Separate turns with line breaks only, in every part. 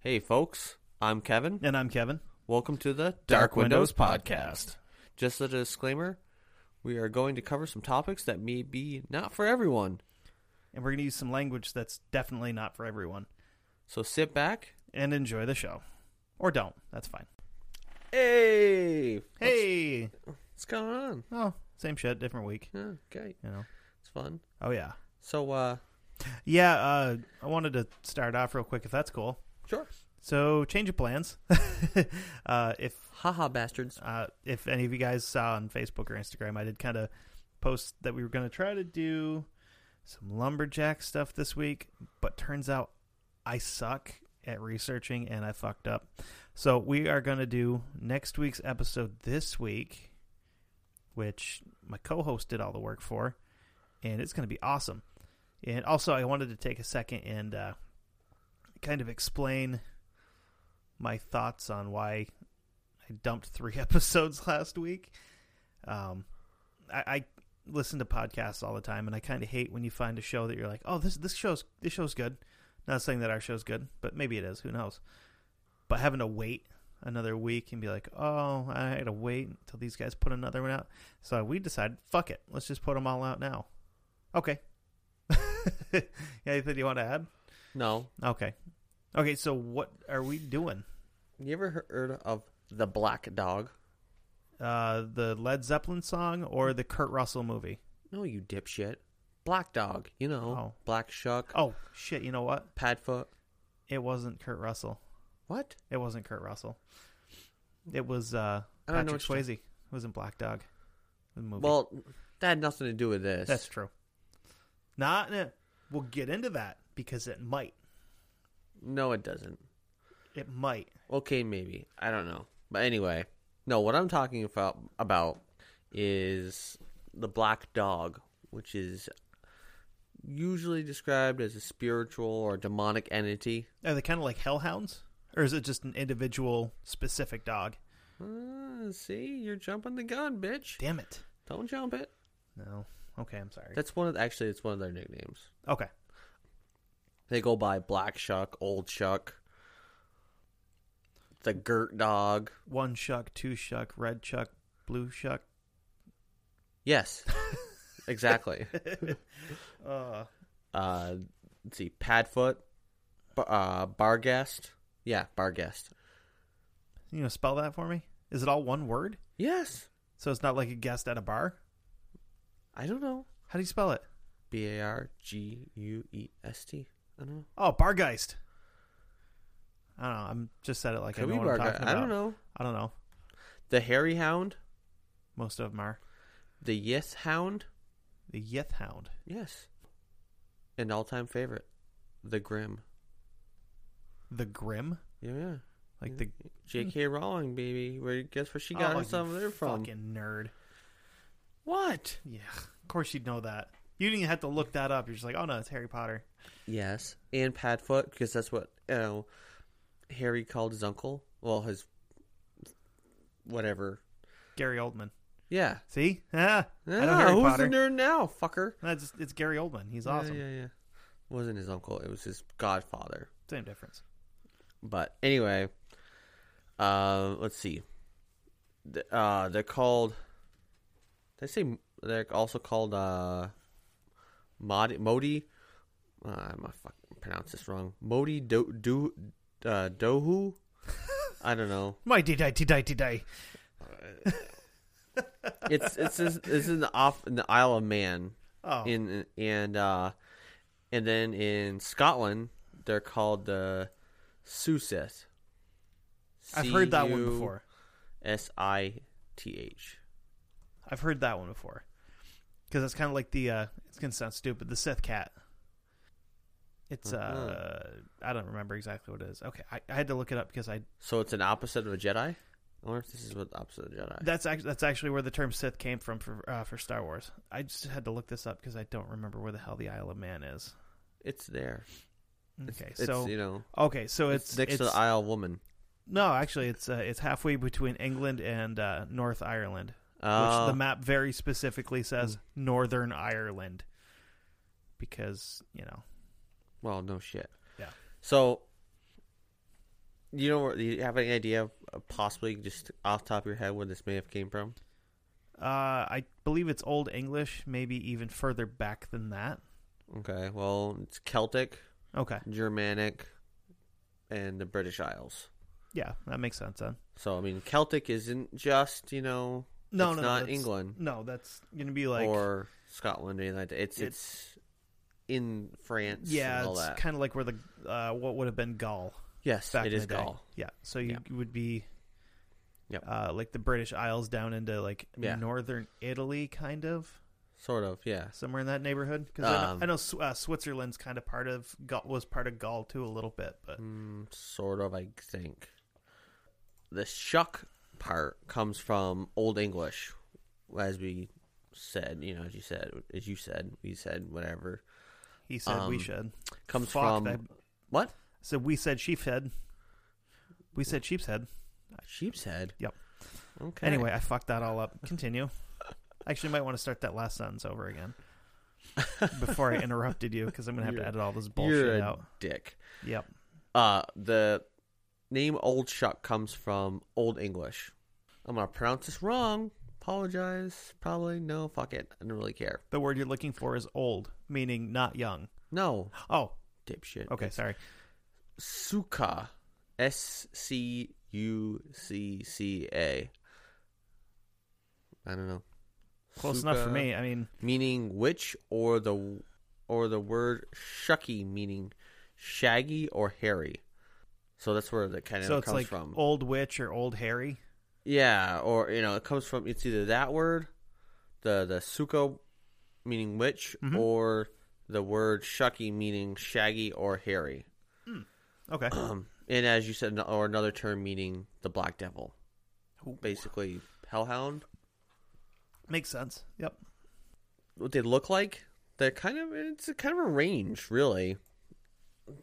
Hey, folks, I'm Kevin.
And I'm Kevin.
Welcome to the
Dark Windows Podcast.
Just a disclaimer we are going to cover some topics that may be not for everyone.
And we're going to use some language that's definitely not for everyone.
So sit back.
And enjoy the show. Or don't. That's fine.
Hey! What's-
Hey!
What's going on?
Oh, same shit, different week.
Yeah, Okay.
You know.
It's fun.
Oh, yeah.
So, uh,
Yeah, uh, I wanted to start off real quick if that's cool.
sure.
So, change of plans. uh, if
Haha, bastards.
uh, if any of you guys saw on Facebook or Instagram, I did kind of post that we were going to try to do some lumberjack stuff this week, but turns out I suck at researching and I fucked up. So we are going to do next week's episode this week, which my co host did all the work for, and it's going to be awesome. And also, I wanted to take a second and uh, kind of explain my thoughts on why I dumped three episodes last week. Um, I, I listen to podcasts all the time, and I kind of hate when you find a show that you're like, "Oh, this this show's this show's good." Not saying that our show's good, but maybe it is. Who knows? But having to wait another week and be like, "Oh, I gotta wait until these guys put another one out," so we decided, "Fuck it, let's just put them all out now." Okay. yeah, Anything you want to add?
No.
Okay. Okay, so what are we doing?
You ever heard of The Black Dog?
Uh, the Led Zeppelin song or the Kurt Russell movie?
No, you dipshit. Black Dog, you know.
Oh.
Black Shuck.
Oh shit! You know what?
Padfoot.
It wasn't Kurt Russell.
What?
It wasn't Kurt Russell. It was uh,
I don't know
Patrick
what you're
Swayze. It was in Black Dog. The movie.
Well, that had nothing to do with this.
that's true. Not. eh, We'll get into that because it might.
No, it doesn't.
It might.
Okay, maybe. I don't know. But anyway, no, what I'm talking about about is the black dog, which is usually described as a spiritual or demonic entity.
Are they kind of like hellhounds, or is it just an individual specific dog?
Uh, see, you're jumping the gun, bitch.
Damn it!
Don't jump it.
No. Okay, I'm sorry.
That's one of actually it's one of their nicknames.
okay.
They go by Black Shuck, Old Shuck, the Gert Dog.
One shuck, two shuck, red shuck, blue shuck.
Yes, exactly.
Uh,
uh let's see padfoot Ba- uh bargast yeah bargast
you know, spell that for me. Is it all one word?
yes
So it's not like a guest at a bar.
i don't know
How do you spell it?
b-a-r-g-u-e-s-t E i don't know
Oh, bargeist. I don't know. I'm just said it like
could
I
be
know what I'm talking
bargast
about.
i don't know
I don't know.
the hairy hound
Most of them are
the yes hound
the Yith Hound.
yes an all-time favorite the grim
The Grim,
yeah yeah
like the
jk rowling baby where guess where she
Hmm. Oh,
got
you
her some there from
Fucking nerd.
what
Yeah, of course you'd know that. You didn't even have to look that up. You're just like, oh no, it's Harry Potter.
yes and padfoot because that's what you know harry called his uncle well his whatever
Gary Oldman.
Yeah.
See? Ah, I
Ah,
know Harry
who's
Potter.
the nerd now, fucker?
That's it's Gary Oldman. He's awesome.
Yeah, yeah, yeah. Wasn't his uncle, it was his godfather.
Same difference.
But anyway, uh, let's see. Th- Uh, they're called. They say m- they're also called uh, Modi. Modi. Uh, I'm gonna fuck, pronounce this wrong. Modi do do uh, dohu. I don't know.
My dee day, dee day, dee day.
It's it's this is in the off in the Isle of Man
Oh,
in and uh, and then in Scotland they're called the Suset.
I've heard that one
C U
before.
S I T H.
I've heard that one before. Because it's kind of like the, uh, it's going to sound stupid, the Sith cat. It's, uh,
Mm-hmm.
I don't remember exactly what it is. Okay, I, I had to look it up because I,
So it's an opposite of a Jedi. I wonder if this is what the opposite of a Jedi.
that's actually, that's actually where the term Sith came from for, uh, for Star Wars. I just had to look this up because I don't remember where the hell the Isle of Man is.
it's there.
Okay,
It's,
so,
you know,
okay, so
it's,
it's,
next to
it's-
the Isle of Woman.
No, actually, it's uh, it's halfway between England and uh, North Ireland,
Uh,
which the map very specifically says Northern Ireland, because you know.
well, no shit.
Yeah.
So,
So
you know, where- do you have any idea of uh, possibly just off the top of your head where this may have came from?
uh, I believe it's Old English, maybe even further back than that.
Okay. Well, it's Celtic,
Okay,
Germanic, and the British Isles.
yeah, that makes sense then.
So I mean, Celtic isn't just you know,
No,
it's
no,
not
that's-
England.
No, that's gonna be like
or Scotland or anything like that. It's it's in France. and
yeah,
all
it's
that.
kind of like where the uh, what would have been Gaul.
yes,
back
it
in
is
the day.
Gaul.
Yeah, so you would be,
Yep.
uh, like the British Isles down into like
Yeah.
northern Italy, kind of.
Sort of, yeah.
somewhere in that neighborhood because I
Um,
know, I know Sw- uh, Switzerland's kind of part of Gaul, was part of Gaul too a little bit, but
Mm, sort of, I think. The shuck part comes from Old English, as we said. You know, as you said, as you said, we said whatever
he said we
um,
should.
comes
Fuck,
from
that-
what
So we said sheep's head. We said sheep's head.
sheep's head.
Yep.
Okay.
Anyway, I fucked that all up. Continue. Actually, might want to start that last sentence over again before I interrupted you because I'm gonna have to
You're-
edit all this
you're
bullshit
a
out.
dick.
Yep.
Uh, the name Old Shuck comes from Old English. I'm gonna pronounce this wrong. Apologize. Probably no. Fuck it. I don't really care.
The word you're looking for is old, meaning not young.
No,
Oh,
dipshit.
okay, sorry.
Suka, S C U C C A. I don't know.
Close enough for
Suka,
me. I mean,
Meaning which, or the, or the word shucky, meaning shaggy or hairy. So that's where that kind of
so it's
comes
like
from.
old witch or old Harry.
Yeah, or you know, it comes from it's either that word, the the suko, meaning witch, or the word shucky, meaning shaggy or hairy,
Okay.
um, and as you said, or another term meaning the black devil, basically hellhound.
Makes sense. Yep.
What they look like, they're kind of it's a kind of a range, really.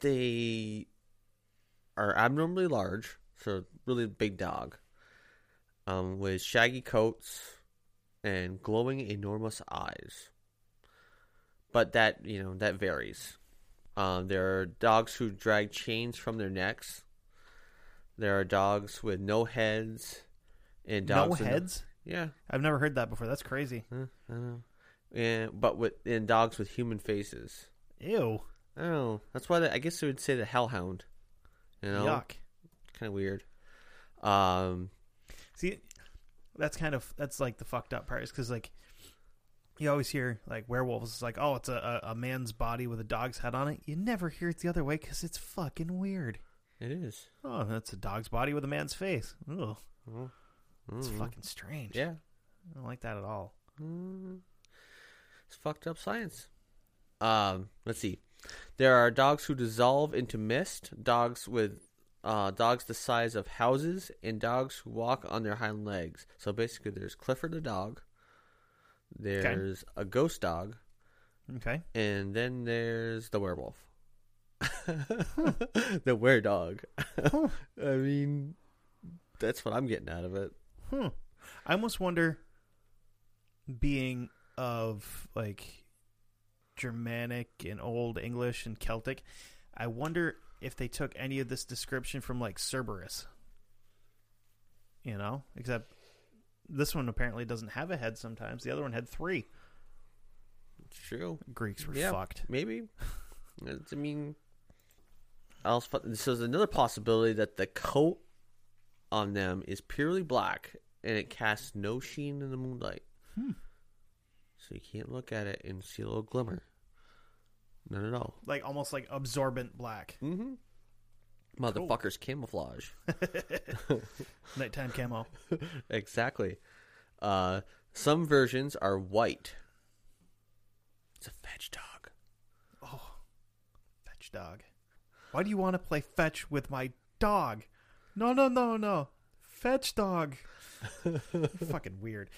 They are abnormally large, so really big dog, um, with shaggy coats and glowing enormous eyes. But that you know that varies. Um, there are dogs who drag chains from their necks. There are dogs with no heads, and
No
dogs with
heads.
yeah,
I've never heard that before. That's crazy.
Huh, I know. And but with and dogs with human faces.
Ew.
I don't know. That's why they, I guess they would say the hellhound. You know,
Yuck.
kind of weird. Um,
See, that's kind of that's like the fucked up part is because like you always hear like werewolves it's like oh it's a, a a man's body with a dog's head on it. You never hear it the other way because it's fucking weird.
it is.
Oh, that's a dog's body with a man's face. Ugh. It's fucking strange.
Yeah,
I don't like that at all.
it's fucked up science. Um, let's see. There are dogs who dissolve into mist. Dogs with uh, dogs the size of houses, and dogs who walk on their hind legs. So basically, there's Clifford the dog. There's a ghost dog.
Okay.
And then there's the werewolf. the were dog. I mean, that's what I'm getting out of it.
Hmm. I almost wonder being of like Germanic and Old English and Celtic, I wonder if they took any of this description from like Cerberus. You know, except this one apparently doesn't have a head. Sometimes the other one had three.
It's true.
Greeks were
Yeah.
fucked.
Maybe. It's- I mean, I was, fu- so there's another possibility that the coat on them is purely black and it casts no sheen in the moonlight. So you can't look at it and see a little glimmer. Not at all.
Like almost like absorbent black,
Mm-hmm. Motherfuckers camouflage.
nighttime camo.
exactly. Uh, some versions are white. It's a fetch dog.
Fetch dog. Why do you want to play fetch with my dog? No, no, no, no. Fetch dog. Fucking weird.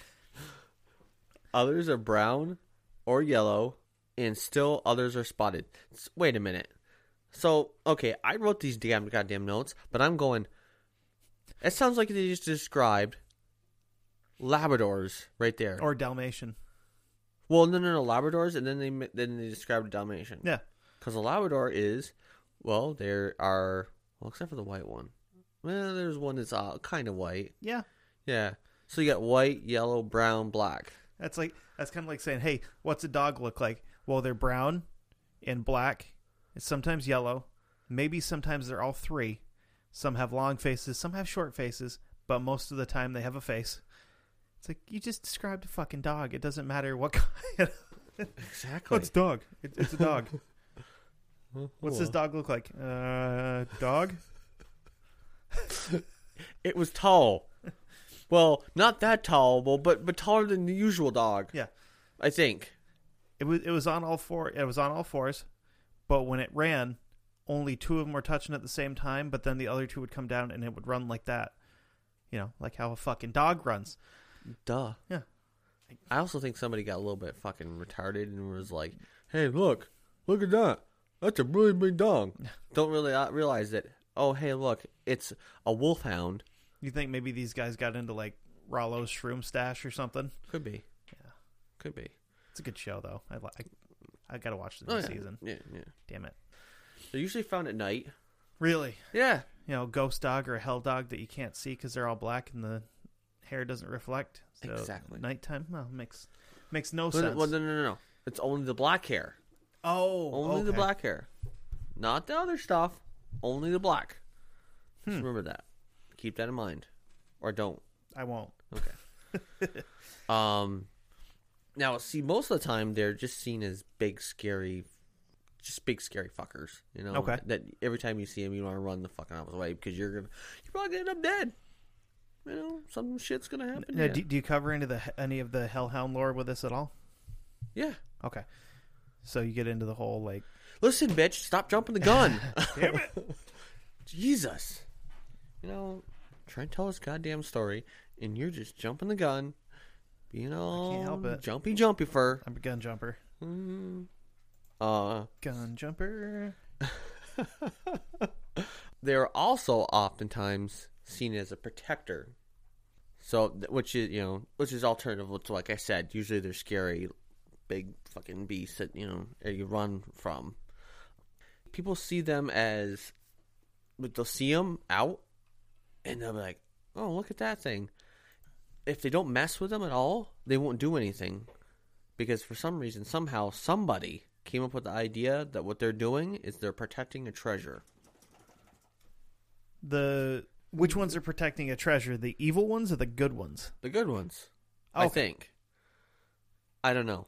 Others are brown or yellow, and still others are spotted. S- Wait a minute. So, okay, I wrote these damn goddamn notes, but I'm going. It sounds like they just described Labradors right there.
Or Dalmatian.
well, no, no, no, Labradors, and then they ma- then they described Dalmatian.
Yeah.
Because a Labrador is, well, there are, well, except for the white one. Well, there's one that's uh, kind of white.
Yeah.
Yeah. So you got white, yellow, brown, black.
That's like that's kind of like saying, "Hey, what's a dog look like?" Well, they're brown and black, and sometimes yellow. Maybe sometimes they're all three. Some have long faces, some have short faces, but most of the time they have a face. It's like you just described a fucking dog. It doesn't matter what kind.
Exactly.
What's dog? It, Oh, it's a dog. What's this dog look like? Uh, dog.
It was tall. Well, not that tall, well, but but taller than the usual dog.
Yeah.
I think.
It was it was on all four. It was on all fours, but when it ran, only two of them were touching at the same time. But then the other two would come down, and it would run like that. You know, like how a fucking dog runs.
Duh.
Yeah.
I also think somebody got a little bit fucking retarded and was like, "Hey, look, look at that. That's a really big dog." Don't really uh, realize that. Oh, hey, look, it's a wolfhound.
You think maybe these guys got into like Rollo's Shroom Stash or something?
Could be. Could be.
It's a good show though. I li- I, I gotta watch the new
Oh, yeah.
season.
Yeah, yeah.
Damn it.
They're usually found at night.
Really,
Yeah.
you know, ghost dog or a hell dog that you can't see because they're all black and the hair doesn't reflect. So
Exactly.
Nighttime. Well, makes makes no
Well,
sense.
no, no, no, no. It's only the black hair.
oh,
Only the
okay.
black hair. Not the other stuff. Only the black.
Hmm.
Just remember that. Keep that in mind. Or don't.
I won't.
Okay. um now see most of the time they're just seen as big scary just big scary fuckers, you know.
Okay.
That every time you see them you want to run the fucking opposite way because you're gonna you're probably gonna end up dead. You know, some shit's gonna happen.
Now,
to
do,
you.
do you cover into the any of the Hellhound lore with this at all?
yeah.
Okay, so you get into the whole like
Listen, bitch, stop jumping the gun. Damn it. Jesus. You know, try and tell this goddamn story, and you're just jumping the gun, being all
help it.
jumpy jumpy fur.
I'm a gun jumper,
Uh,
gun jumper.
they're also oftentimes seen as a protector. So, th- which is, you know, which is alternative to, like I said, usually they're scary, big fucking beasts that, you know, that you run from. People see them as, but they'll see them out and they'll be like, oh, look at that thing. If they don't mess with them at all, they won't do anything. Because for some reason, somehow, somebody came up with the idea that what they're doing is they're protecting a treasure.
The which ones are protecting a treasure? The evil ones or the good ones?
The good ones. I
Okay.
think. I don't know.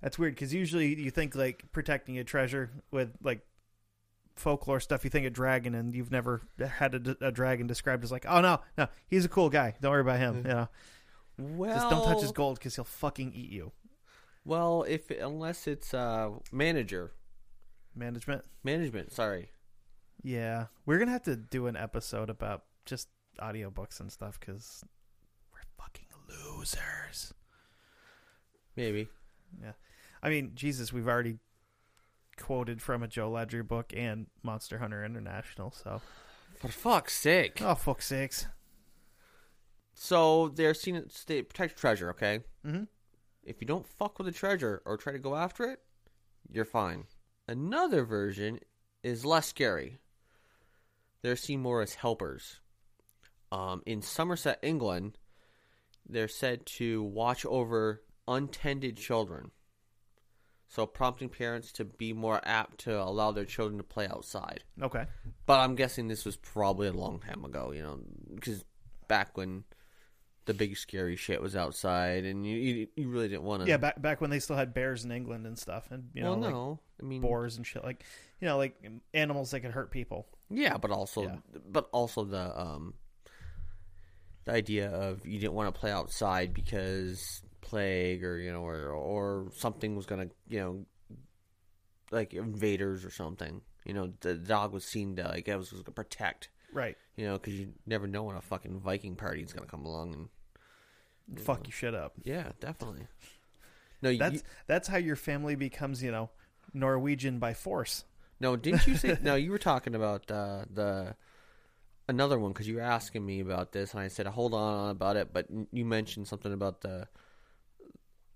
That's weird because usually you think like protecting a treasure with like folklore stuff. You think a dragon, and you've never had a d a a dragon described as like, oh no, no, he's a cool guy. Don't worry about him. You know,
Well,
just don't touch his gold because he'll fucking eat you.
Well, if unless it's uh, manager
Management.
management. Sorry.
Yeah, we're gonna have to do an episode about just audiobooks and stuff because we're fucking losers.
Maybe.
I mean, Jesus, we've already quoted from a Joe Ledger book and Monster Hunter International. So,
For fuck's sake.
oh fuck sakes.
So they're seen. They protect treasure. Okay.
Mhm.
If you don't fuck with the treasure or try to go after it, you're fine. Another version is less scary. They're seen more as helpers. Um, in Somerset, England, they're said to watch over untended children, so prompting parents to be more apt to allow their children to play outside.
Okay.
But I'm guessing this was probably a long time ago, you know, because back when the big scary shit was outside, and you you, you really didn't want to.
Yeah, back back when they still had bears in England and stuff, and you know,
well,
like
no, I mean,
boars and shit, like you know, like animals that could hurt people.
yeah, but also,
Yeah.
but also the um, the idea of you didn't want to play outside because plague or you know or or something was gonna you know like invaders or something. You know, the dog was seen to like it was, was gonna protect.
Right.
You know, because you never know when a fucking Viking party is gonna come along and
Fuck you shit up.
Yeah, definitely. No, you,
That's that's how your family becomes, you know, Norwegian by force.
no. Didn't you say? no, you were talking about uh, the another one because you were asking me about this, and I said hold on about it, but you mentioned something about the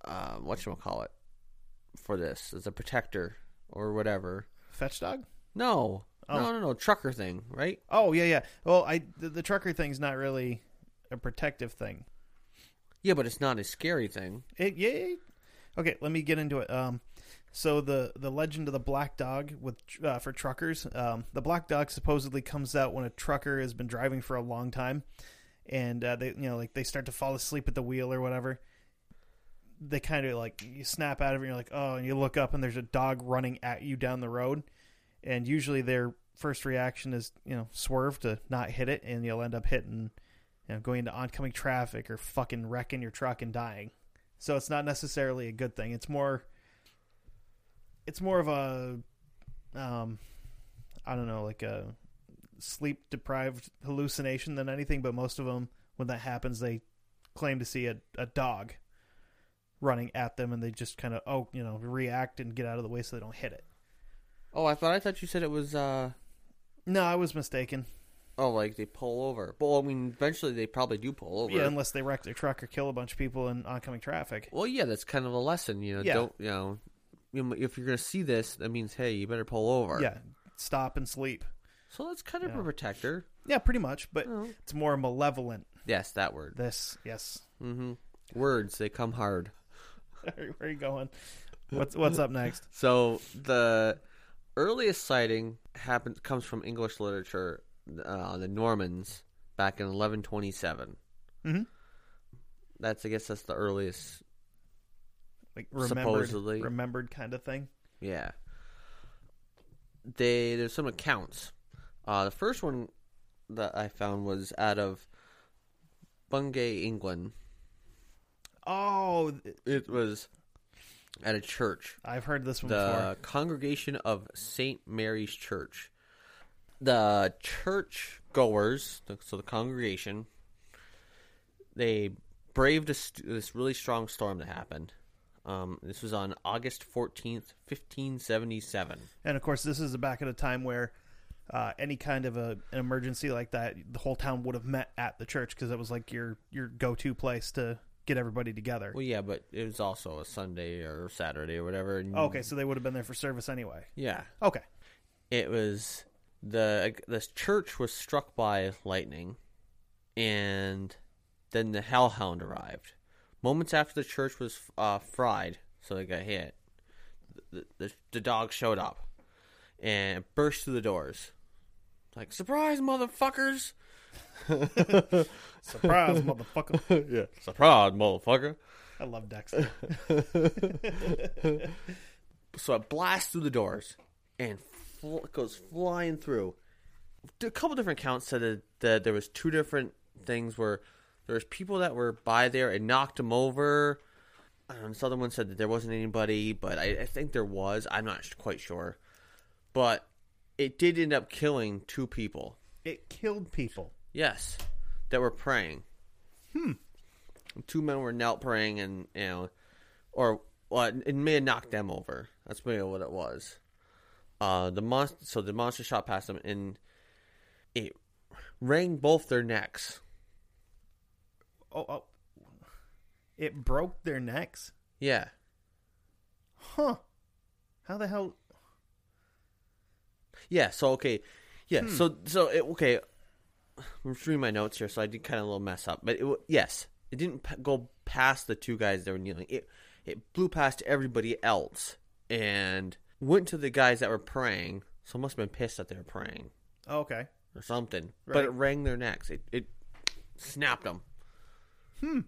uh, what you call it for this as a protector or whatever.
Fetch dog.
No, no, no, no, trucker thing, right?
Oh yeah, yeah. Well, I the, the trucker thing's not really a protective thing.
Yeah, but it's not a scary thing.
It yay. Okay, let me get into it. Um, so the the legend of the black dog with uh, for truckers. Um, the black dog supposedly comes out when a trucker has been driving for a long time, and uh, they you know like they start to fall asleep at the wheel or whatever. They kind of like you snap out of it. and You're like oh, and you look up and there's a dog running at you down the road, and usually their first reaction is you know swerve to not hit it, and you'll end up hitting, you know, going into oncoming traffic or fucking wrecking your truck and dying. So it's not necessarily a good thing. It's more it's more of a um I don't know, like a sleep deprived hallucination than anything, but most of them when that happens they claim to see a, a dog running at them and they just kind of oh, you know, react and get out of the way so they don't hit it.
Oh, I thought I thought you said it was. Uh,
No, I was mistaken.
oh, like they pull over. Well, I mean, eventually they probably do pull over.
Yeah, unless they wreck their truck or kill a bunch of people in oncoming traffic.
Well, yeah, that's kind of a lesson, you know.
Yeah.
Don't you know? you know, If you're gonna see this, that means hey, you better pull over.
Yeah, stop and sleep.
So that's kind of a protector.
Yeah, pretty much, but it's more malevolent.
Yes, that word.
This, yes.
hmm Words they come hard.
Where are you going? What's what's up next?
So the earliest sighting happened comes from English literature, uh, the Normans back in 1127.
Mhm.
That's I guess that's the earliest
Like remembered,
Supposedly.
remembered kind of thing.
Yeah. They there's some accounts. Uh, the first one that I found was out of Bungay, England.
Oh,
It was at a church,
I've heard this one before.
the congregation of St. Mary's Church. The church goers, so the congregation, they braved a st- this really strong storm that happened. Um, this was on August 14th, 1577.
And of course, this is back at a time where uh, any kind of a, an emergency like that, the whole town would have met at the church because it was like your your go to place to get everybody together.
Well, yeah, but it was also a Sunday or Saturday or whatever. And
Oh, Okay, so they would have been there for service anyway.
Yeah,
Okay,
it was the the church was struck by lightning, and then the hellhound arrived. Moments after the church was uh, fried, so they got hit. The, the the dog showed up and burst through the doors, like surprise, motherfuckers!
surprise, motherfucker!
yeah, surprise, motherfucker!
I love Dexter.
so it blasts through the doors and fl- goes flying through. A couple different accounts said that, that there was two different things where there was people that were by there and knocked them over. I don't know, this other one said that there wasn't anybody, but I, I think there was. I'm not quite sure, but it did end up killing two people.
It killed people.
Yes, that were praying. Hmm. Two men were knelt praying, and you know, or well, it may have knocked them over. That's maybe what it was. Uh, the monster. So the monster shot past them, and it rang both their necks.
Oh, oh. it broke their necks.
Yeah.
Huh. How the hell?
Yeah. So okay. Yeah. So so it, okay. I'm just reading my notes here, so I did kind of a little mess up, but it, wa- yes, it didn't p- go past the two guys that were kneeling. It it blew past everybody else and went to the guys that were praying. So it must have been pissed that they were praying
Oh, okay.
or something.
Right.
But it rang their necks. It it snapped them.
I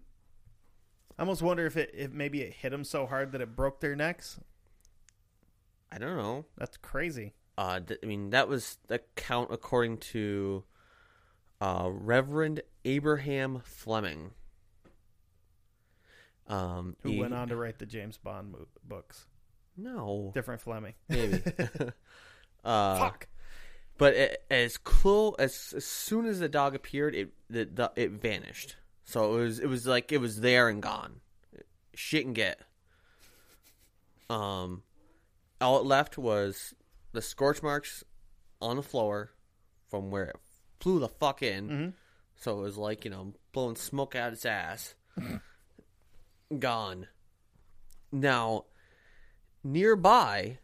almost wonder if it if maybe it hit them so hard that it broke their necks.
I don't know.
That's crazy.
Uh, th- I mean, that was the count according to uh, Reverend Abraham Fleming. Um,
Who
he-
went on to write the James Bond mo- books?
No,
Different Fleming.
maybe. uh,
Fuck.
But it, as close as, as soon as the dog appeared, it the, the it vanished. So it was it was like it was there and gone. Shit and get. Um, all it left was the scorch marks on the floor from where it flew the fuck in. So it was like you know blowing smoke out its ass. gone. Now, nearby,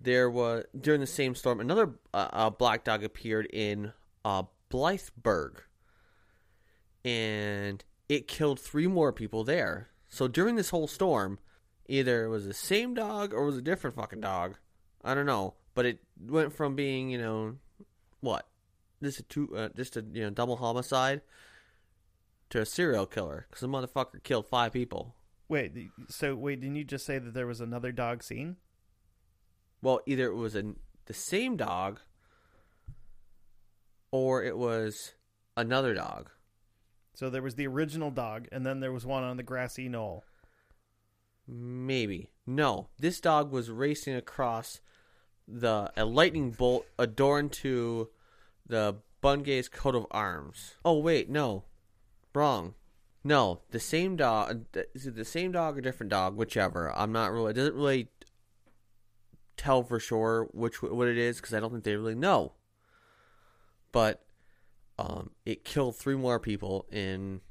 there was during the same storm another uh, uh, black dog appeared in uh, Blytheburg, and it killed three more people there. So during this whole storm, either it was the same dog or it was a different fucking dog. I don't know, but it went from being you know what just a two uh, just a you know double homicide to a serial killer because the motherfucker killed five people.
Wait. the- So wait, didn't you just say that there was another dog scene?
Well, either it was an, the same dog or it was another dog.
So there was the original dog, and then there was one on the grassy knoll.
Maybe. No, this dog was racing across the a lightning bolt adorned to the Bungay's coat of arms. Oh wait, no. Wrong. No, the same dog is it the same dog or different dog, whichever. I'm not really it doesn't really tell for sure which what it is cuz I don't think they really know. But um it killed three more people in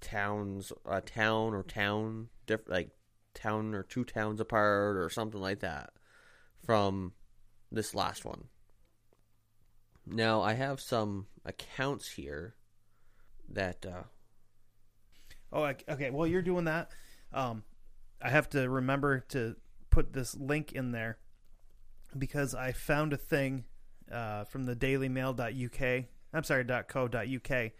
towns a town or town diff- like town or two towns apart or something like that from this last one now i have some accounts here that uh
Oh, I- okay. Well, you're doing that. Um, I have to remember to put this link in there because I found a thing uh, from the dailymail.uk. I'm sorry, .co.uk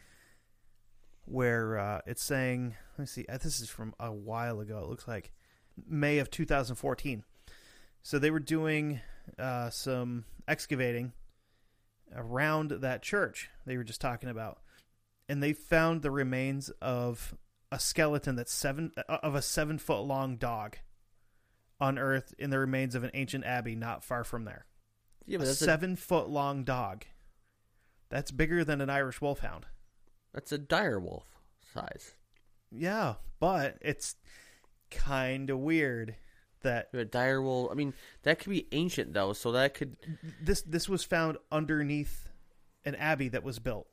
where uh, it's saying, let me see. uh, This is from a while ago. It looks like May of 2014. So they were doing uh, some excavating around that church they were just talking about and they found the remains of a skeleton that's seven uh, of a seven foot long dog unearthed in the remains of an ancient abbey not far from there.
yeah but
a
that's a,
seven foot long dog. That's bigger than an Irish wolfhound.
that's a dire wolf size
Yeah, but it's kind of weird that
a dire wolf i mean that could be ancient though so that could
this this was found underneath an abbey that was built.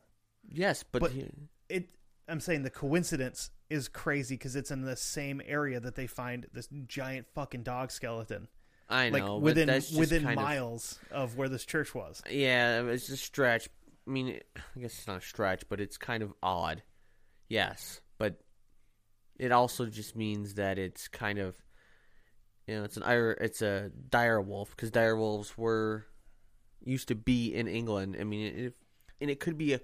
yes but,
But-
he-
It I'm saying the coincidence is crazy because it's in the same area that they find this giant fucking dog skeleton.
i know
like
but
within
that's just
within
kind of-
miles of, where this church was.
Yeah, it's a stretch. I mean, it- I guess it's not a stretch, but it's kind of odd. Yes, but it also just means that it's kind of, you know, it's an ir- it's a dire wolf because dire wolves were used to be in England. I mean, it, and it could be a,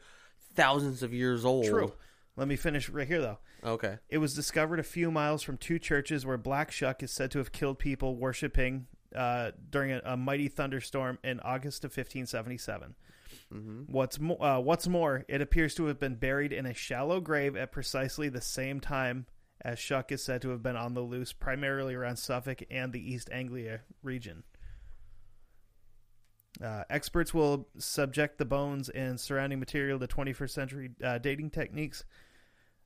thousands of years old.
True. Let me finish right here though.
Okay.
It was discovered a few miles from two churches where Black Shuck is said to have killed people worshiping uh, during a, a mighty thunderstorm in August of 1577. What's mo- uh, what's more, it appears to have been buried in a shallow grave at precisely the same time as Shuck is said to have been on the loose, primarily around Suffolk and the East Anglia region. Uh, experts will subject the bones and surrounding material to 21st century uh, dating techniques,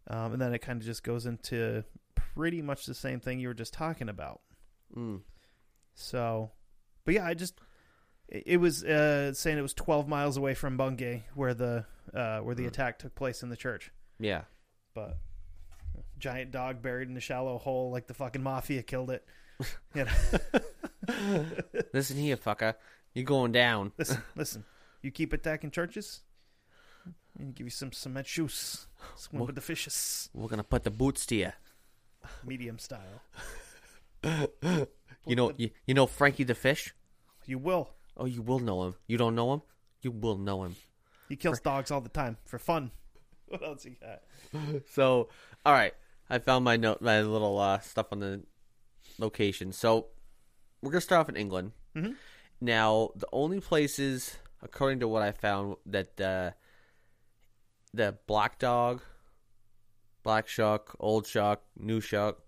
um, and then it kind of just goes into pretty much the same thing you were just talking about.
Mm.
So, but yeah, I just it, it was uh, saying it was 12 miles away from Bungay where the uh, where the attack took place in the church,
Yeah.
but giant dog buried in a shallow hole like the fucking mafia killed it. You know,
Listen here, fucker. You're going down.
listen, listen. You keep attacking churches, and give you some cement shoes. Swim with the fishes,
We're gonna put the boots to you.
medium style.
You know, you, you know Frankie the fish.
You will.
Oh, you will know him. You don't know him. You will know him.
He kills dogs all the time for fun. What else you got?
So, all right, I found my note, my little uh, stuff on the location. So, we're gonna start off in England.
Mhm.
Now, the only places, according to what I found, that uh, the black dog, black shark, old shark, new shark,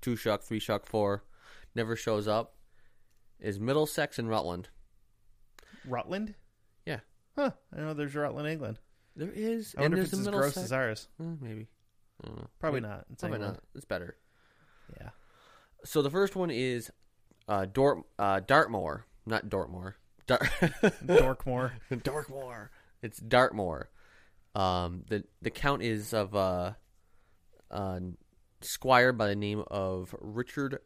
two shark, three shark, four, never shows up, is Middlesex and Rutland.
Rutland?
Yeah,
Huh. I know there's Rutland, England.
there is.
I wonder
and
if
there's
it's as
a
gross
Middlesex.
as ours.
Uh, maybe. I don't know.
Probably
Maybe-
not. It's
Probably
England.
not. It's better.
Yeah.
So the first one is uh, Dort, uh, Dartmoor, not Dortmoor. Dar-
Dorkmore.
Dartmoor. It's Dartmoor. Um, the the count is of a uh, uh, squire by the name of Richard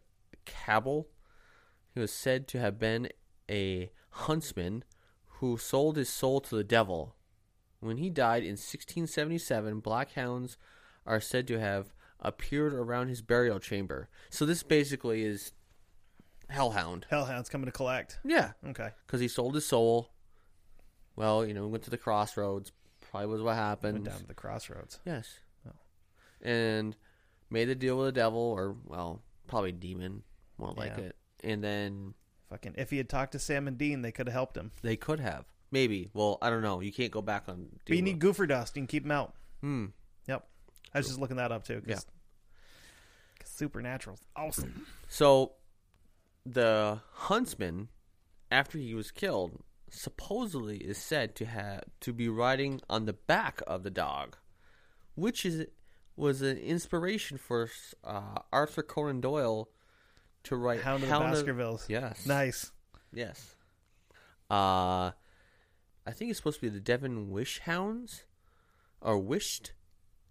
Cabell. He was said to have been a huntsman who sold his soul to the devil. When he died in 1677, black hounds are said to have appeared around his burial chamber. So this basically is hellhound.
Hellhound's coming to collect.
Yeah
Okay.
because he sold his soul. Well, you know, he went to the crossroads. Probably was what
Went
happened.
down to the crossroads.
Yes.
Oh.
And made the deal with the devil, or well, probably demon, more like
Yeah.
it. And then
Fucking if he had talked to Sam and Dean, they could have helped him.
they could have maybe. Well, I don't know. You can't go back on.
But you
deal
need goofer dust. You can keep him out.
with- Hmm.
Yep. I was just looking that up too.
Yeah.
Cause, Cause supernatural's awesome.
So the huntsman, after he was killed, supposedly is said to have to be riding on the back of the dog, which is was an inspiration for uh, Arthur Conan Doyle to write
Hound of the Baskervilles.
Yes,
Nice.
yes. Uh, I think it's supposed to be the Devon Wish Hounds, or Wished,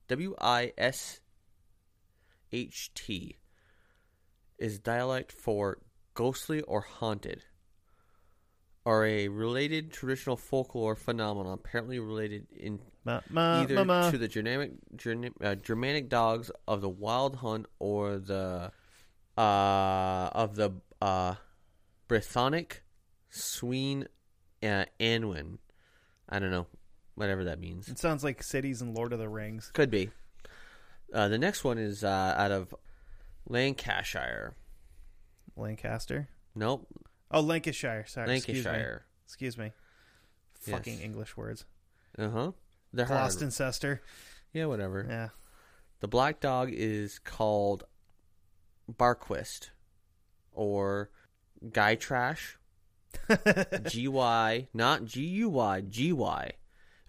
W I S H T, is dialect for ghostly or haunted, or a related traditional folklore phenomenon apparently related in
Ma, ma,
either
ma, ma.
to the Germanic, Germ- uh, Germanic dogs of the Wild Hunt or the uh, of the uh, Brythonic Sween uh, Anwen. I don't know, whatever that means.
It sounds like cities in Lord of the Rings.
Could be. Uh, the next one is uh, out of Lancashire.
Lancaster.
Nope,
Oh, Lancashire. Sorry.
Lancashire.
Excuse me. Excuse me.
Yes.
Fucking English words.
Uh huh. The Hard.
Gloucester.
Yeah, whatever.
Yeah.
The black dog is called Barquist or Guy Trash. G Y, not G U Y, G Y,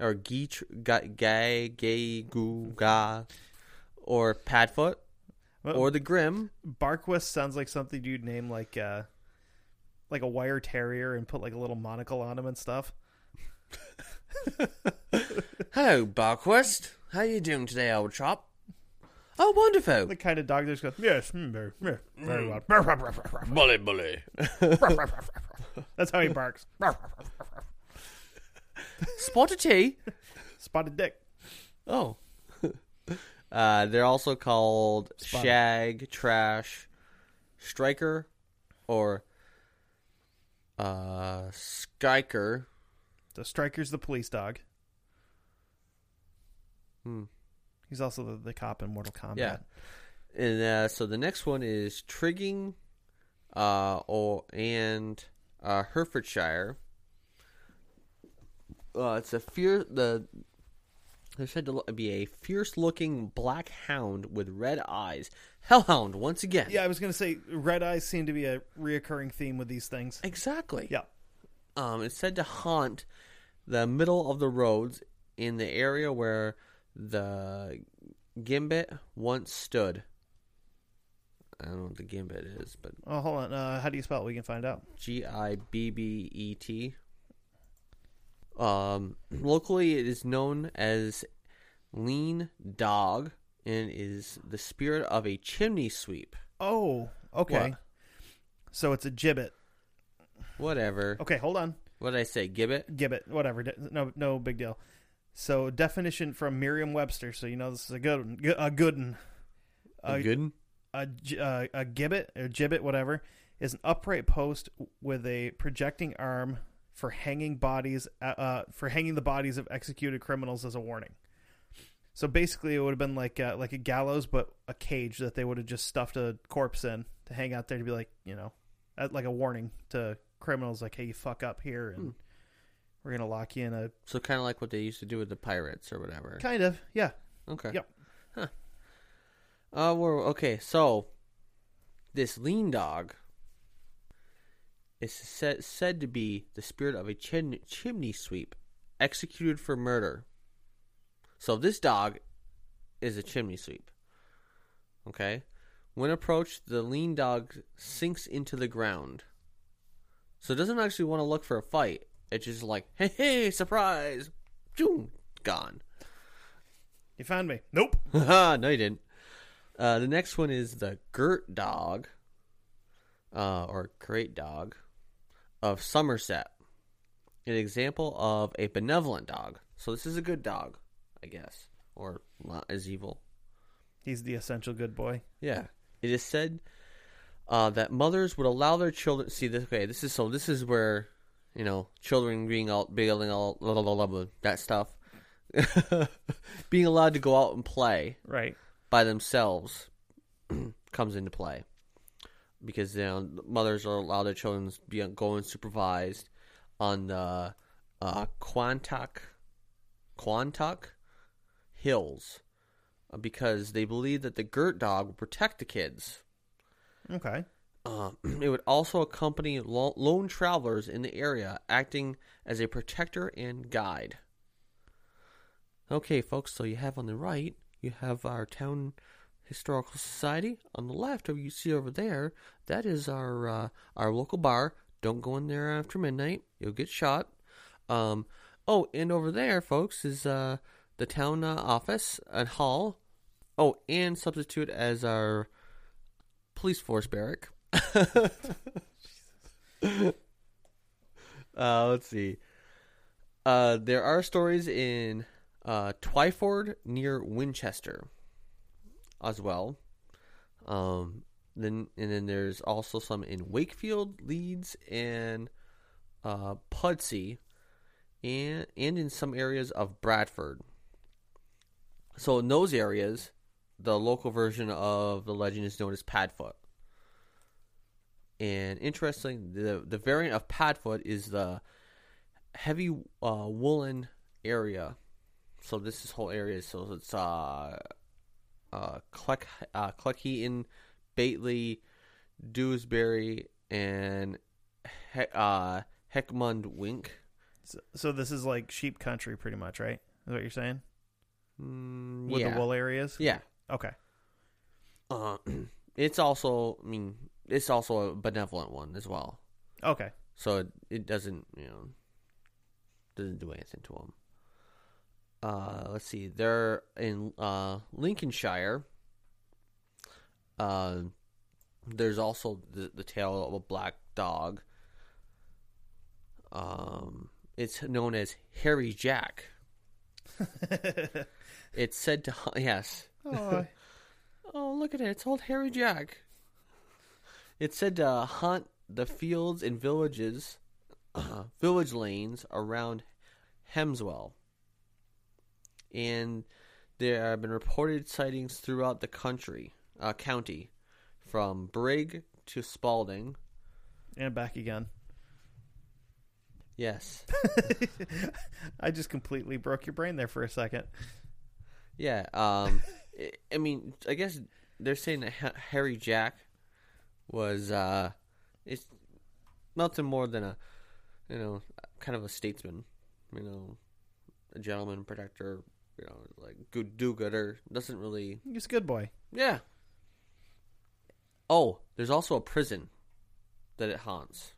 or Gee Tr- Ga- Gay Gay Goo Ga, or Padfoot,
Well,
or the Grim.
Barquist sounds like something you'd name like uh like a wire terrier and put like a little monocle on him and stuff.
Hello, Barquist. How you doing today, old chap? Oh, wonderful.
The kind of dog that just goes, yes, mm, very, yeah, very well.
Mm. bully, bully.
That's how he barks.
Spot a tea.
Spotted dick.
Oh. uh, they're also called
Spotted.
shag, trash, striker, or uh, skiker.
The striker's the police dog.
Hmm.
He's also the, the cop in Mortal Kombat.
Yeah. And uh, so the next one is Trigging, uh, or and uh, Herefordshire. Uh, it's a fear the. They're said to lo- be a fierce-looking black hound with red eyes, hellhound once again.
Yeah, I was gonna say red eyes seem to be a reoccurring theme with these things.
exactly.
Yeah.
Um, it's said to haunt the middle of the roads in the area where the gimbit once stood. I don't know what the gimbit is, but
Oh, hold on. Uh, how do you spell it? We can find out.
G I B B E T. Um, locally, it is known as lean dog and is the spirit of a chimney sweep.
Oh, okay.
What?
So it's a gibbet.
Whatever.
Okay, hold on.
What did I say? Gibbet?
Gibbet, whatever. d- No, no big deal. So definition from Merriam-Webster. So you know this is a good one. G- A good one.
A
A-
good one?
a, gi- uh, a gibbet or gibbet, whatever, is an upright post with a projecting arm for hanging bodies, uh, uh, for hanging the bodies of executed criminals as a warning. So basically, it would have been like uh, like a gallows, but a cage that they would have just stuffed a corpse in to hang out there to be like, you know, uh, like a warning to criminals, like, hey, you fuck up here, and
Hmm.
we're gonna lock you in a
So kind of like what they used to do with the pirates or whatever.
kind of, yeah,
Okay.
Yep.
Huh. Uh, we're, okay, so this lean dog is said, said to be the spirit of a chin, chimney sweep executed for murder. So this dog is a chimney sweep. Okay? When approached, the lean dog sinks into the ground. So it doesn't actually want to look for a fight. It's just like, hey, hey, surprise! Boom, gone.
you found me. Nope.
no, you didn't. Uh, the next one is the Gert Dog, uh, or Great Dog, of Somerset. An example of a benevolent dog. So this is a good dog, I guess, or not as evil.
He's the essential good boy.
Yeah, it is said uh, that mothers would allow their children. See this? Okay, this is so. This is where you know children being all being all blah, blah, blah, blah, blah, that stuff, being allowed to go out and play
Right.
by themselves comes into play because you know mothers are allowed their children to be go unsupervised on the uh, Quantock Quantock Hills uh, because they believe that the Gert dog will protect the kids.
Okay.
Uh, it would also accompany lo- lone travelers in the area, acting as a protector and guide. Okay, folks, so you have on the right, you have our town historical society. On the left, you see over there, that is our uh, our local bar. Don't go in there after midnight; you'll get shot. Um, oh, and over there, folks, is uh, the town uh, office and hall. Oh, and substitute as our police force barrack. uh, let's see. Uh, there are stories in uh, Twyford near Winchester as well. Um, then and then there's also some in Wakefield, Leeds, and uh, Pudsey, and and in some areas of Bradford. So in those areas, the local version of the legend is known as Padfoot. And interesting, the the variant of Padfoot is the heavy uh, woolen area. So this is whole area. So it's uh, uh, Cleck, uh, Cleckheaton, Bately, Dewsbury, and he- uh, Heckmund Wink.
So, so this is like sheep country, pretty much, right? Is what you're saying
Mm,
with
yeah.
the wool areas?
Yeah.
Okay.
Uh, it's also, I mean, it's also a benevolent one as well.
Okay.
so it, it doesn't you know doesn't do anything to them. Uh, let's see, they're in uh, Lincolnshire. Uh, there's also the, the tale of a black dog. Um, it's known as Harry Jack. It's said to hunt. Yes.
oh,
Oh, look at it! It's old Harry Jack. It's said to hunt the fields and villages, uh, village lanes around Hemswell, and there have been reported sightings throughout the country, uh, county, from Brig to Spalding.
and back again.
Yes,
I just completely broke your brain there for a second.
yeah. Um, I- I mean, I guess they're saying that Ha- Harry Jack was uh, it's nothing more than a you know kind of a statesman, you know, a gentleman protector, you know, like good do gooder. Doesn't really,
He's a good boy.
yeah. Oh, there's also a prison that it haunts.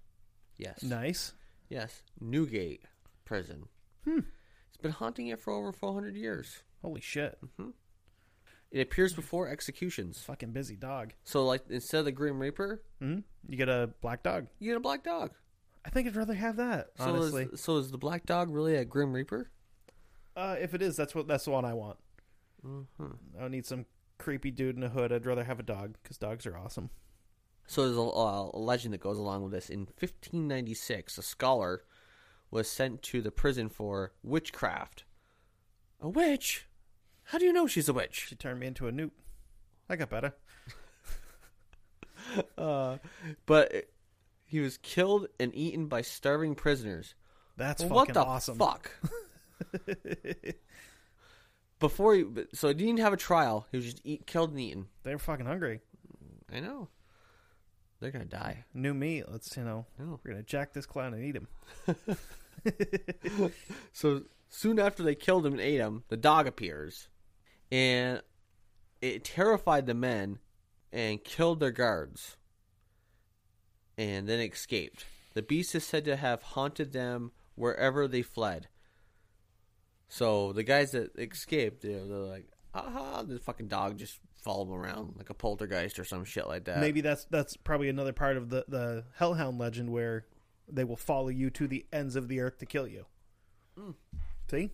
Yes.
Nice.
Yes, Newgate Prison.
Hmm.
It's been haunting it for over 400 years.
Holy shit.
It appears before executions.
Fucking busy dog.
So, like, instead of the Grim Reaper,
hmm You get a black dog.
you get a black dog.
I think I'd rather have that,
So
honestly.
is, so is the black dog really a Grim Reaper?
Uh, if it is, that's what that's the one I want. I don't need some creepy dude in a hood. I'd rather have a dog because dogs are awesome.
So there's a, uh, a legend that goes along with this. In 1596, a scholar was sent to the prison for witchcraft. A witch? How do you know she's a witch?
She turned me into a newt. I got better.
Uh, but it- he was killed and eaten by starving prisoners.
That's
Well,
fucking
what the
awesome.
fuck? Before he, but- so he didn't even have a trial. He was just eat, killed and eaten.
They were fucking hungry.
I know. They're gonna die.
New meat. Let's you know
I know.
we're gonna jack this clown and eat him.
So soon after they killed him and ate him, the dog appears, and it terrified the men and killed their guards, and then escaped. The beast is said to have haunted them wherever they fled. So the guys that escaped, they're, they're like, "Aha!" The fucking dog just followed them around like a poltergeist or some shit like that.
Maybe that's that's probably another part of the the hellhound legend where they will follow you to the ends of the earth to kill you. See,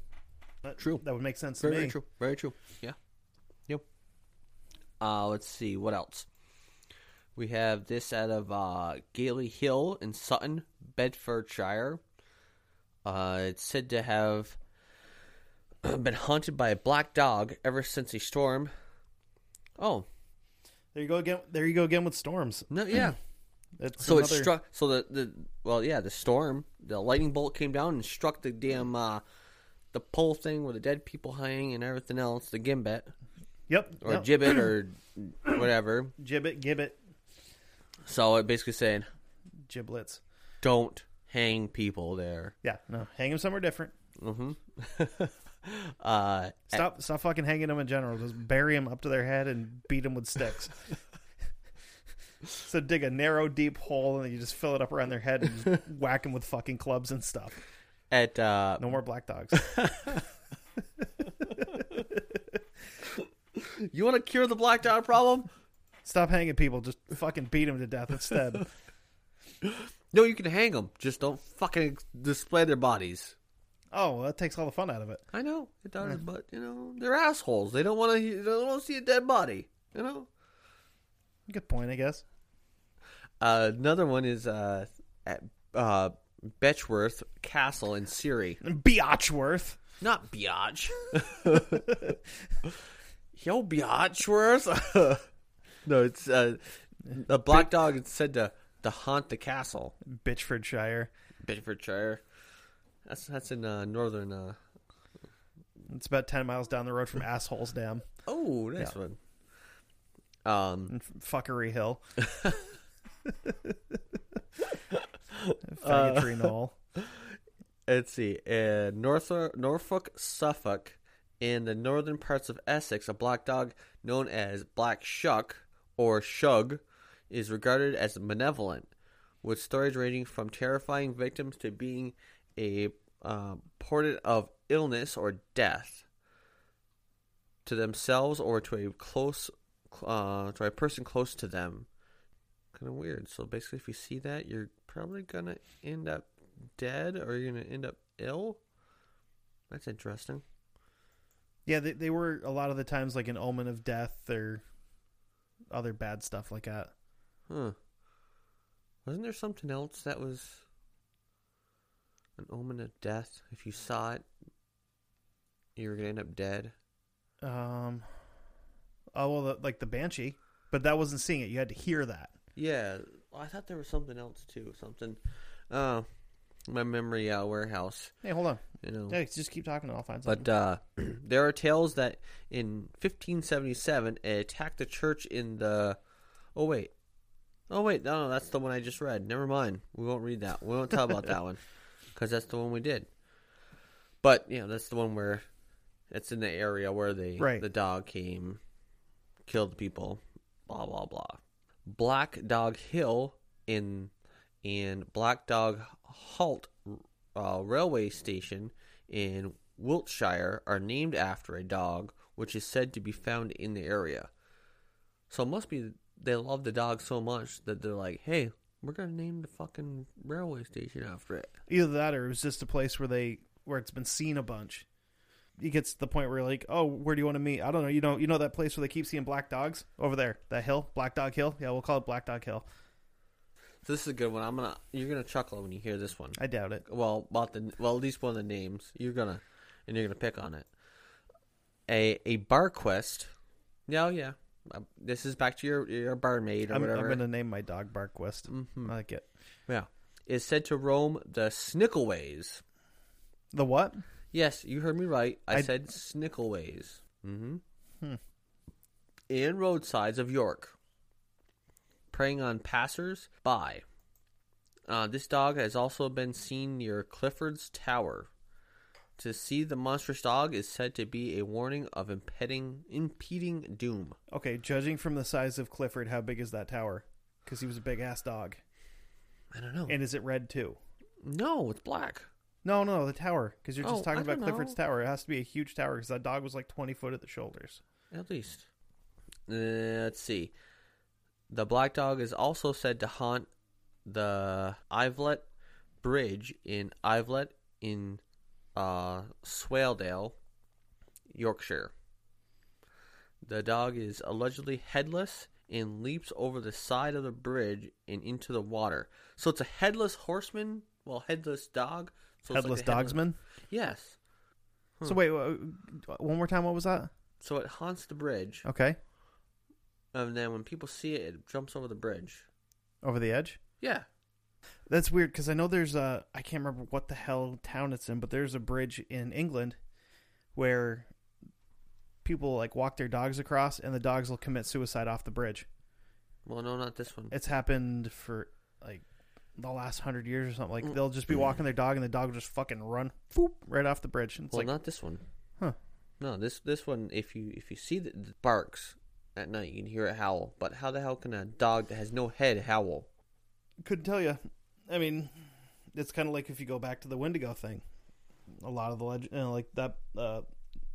That-
Hmm. True.
That would make sense
Very,
to me.
very true. Very true. Yeah. Yep. Uh, let's see what else. We have this out of uh, Gailey Hill in Sutton, Bedfordshire. Uh, it's said to have been haunted by a black dog ever since a storm. Oh
There you go again. There you go again with storms.
no! Yeah.
It's
Hmm. so it
another-
struck. So the, the well, yeah, the storm, the lightning bolt came down and struck the damn uh, the pole thing where the dead people hang and everything else, the gimbet.
Yep.
or
no,
gibbet or whatever.
gibbet, gibbet,
So it basically saying,
giblets.
don't hang people there.
Yeah. No. Hang him somewhere different.
hmm uh,
Stop! Stop fucking hanging them in general. Just bury them up to their head and beat them with sticks. so dig a narrow, deep hole, and then you just fill it up around their head and just whack them with fucking clubs and stuff.
at uh,
No more black dogs.
you want to cure the black dog problem?
Stop hanging people. Just fucking beat them to death instead.
No, you can hang them. Just don't fucking display their bodies.
Oh, well, that takes all the fun out of it.
I know it does, but you know they're assholes. They don't want to. They don't want to see a dead body. You know.
Good point, I guess.
Uh, another one is uh, at uh, Betchworth Castle in Surrey.
Biatchworth.
Not biatch. Yo, biatchworth. no, it's uh, a black dog. It's said to to haunt the castle,
Bitchfordshire.
Bedfordshire. That's that's in uh, northern. Uh...
It's about 10 miles down the road from Assholes Dam
Oh, nice one. Um,
and f- Fuckery Hill. Faggotry Knoll.
let's see. Uh, North Norfolk, Suffolk, in the northern parts of Essex, a black dog known as Black Shuck or Shug is regarded as malevolent, with stories ranging from terrifying victims to being a uh, portent of illness or death to themselves or to a close uh, to a person close to them. Kind of weird. So basically, if you see that, you're probably gonna end up dead or you're gonna end up ill. That's interesting.
Yeah, they, they were a lot of the times like an omen of death or other bad stuff like that.
Huh. Wasn't there something else that was an omen of death? If you saw it, you were going to end up dead.
Um, oh well, the, like the banshee, but that wasn't seeing it. You had to hear that.
Yeah, I thought there was something else too. Something. Uh, my memory uh, warehouse,
Hey, hold on.
you know.
Hey, just keep talking, and I'll find something.
Mm. But uh, there are tales that in 1577 it attacked the church in the. Oh wait, oh wait, no, no, that's the one I just read. Never mind, we won't read that. We won't talk about that one because that's the one we did. But you know, that's the one where it's in the area where the
Right.
the dog came, killed people, blah blah blah. Black Dog Hill in and Black Dog Halt uh, railway station in Wiltshire are named after a dog which is said to be found in the area. So it must be they love the dog so much that they're like, hey, we're gonna name the fucking railway station after it.
Either that, or it was just a place where they where it's been seen a bunch. It gets to the point where like, oh, where do you want to meet? I don't know. You know, you know that place where they keep seeing black dogs over there, that hill, Black Dog Hill. Yeah, we'll call it Black Dog Hill.
So this is a good one. I'm gonna you're gonna chuckle when you hear this one.
I doubt it.
Well, about the well, at least one of the names you're gonna and you're gonna pick on it. A a bar quest. No, yeah. Uh, This is back to your your barmaid or
I'm, I'm
whatever. Mm-hmm.
gonna name my dog Bark West. I like it.
Yeah, is said to roam the Snickleways.
The what?
Yes, you heard me right. I,
I-
said Snickleways. Mm-hmm. And roadsides of York, preying on passers by. Uh, this dog has also been seen near Clifford's Tower. To see the monstrous dog is said to be a warning of impeding impeding doom.
Okay, judging from the size of Clifford, how big is that tower? Because he was a big ass dog.
I don't know.
And is it red too?
no, it's black.
No, no, the tower. Because you're just
Oh,
talking
I
about
don't
Clifford's
know.
tower. It has to be a huge tower because that dog was like 20 foot at the shoulders.
At least. Uh, let's see. The black dog is also said to haunt the Ivelet Bridge in Ivelet in uh, Swaledale, Yorkshire. The dog is allegedly headless and leaps over the side of the bridge and into the water. So it's a headless horseman, well, headless dog. So it's like
Headless
a headless-
dogsman.
Yes.
So wait, wha- one more time. What was that?
So it haunts the bridge,
Okay,
and then when people see it, it jumps over the bridge.
over the edge.
Yeah.
That's weird because I know there's a I can't remember what the hell town it's in, but there's a bridge in England where people like walk their dogs across, and the dogs will commit suicide off the bridge.
Well, no, not this one.
It's happened for like the last hundred years or something. Like they'll just be walking their dog, and the dog will just fucking run, whoop, right off the bridge. And it's
well,
like,
not this one.
huh?
No, this this one. If you if you see the, the barks at night, you can hear it howl. But how the hell can a dog that has no head howl?
Couldn't tell you. I mean, it's kind of like if you go back to the Wendigo thing. A lot of the legend, you know, like that, uh,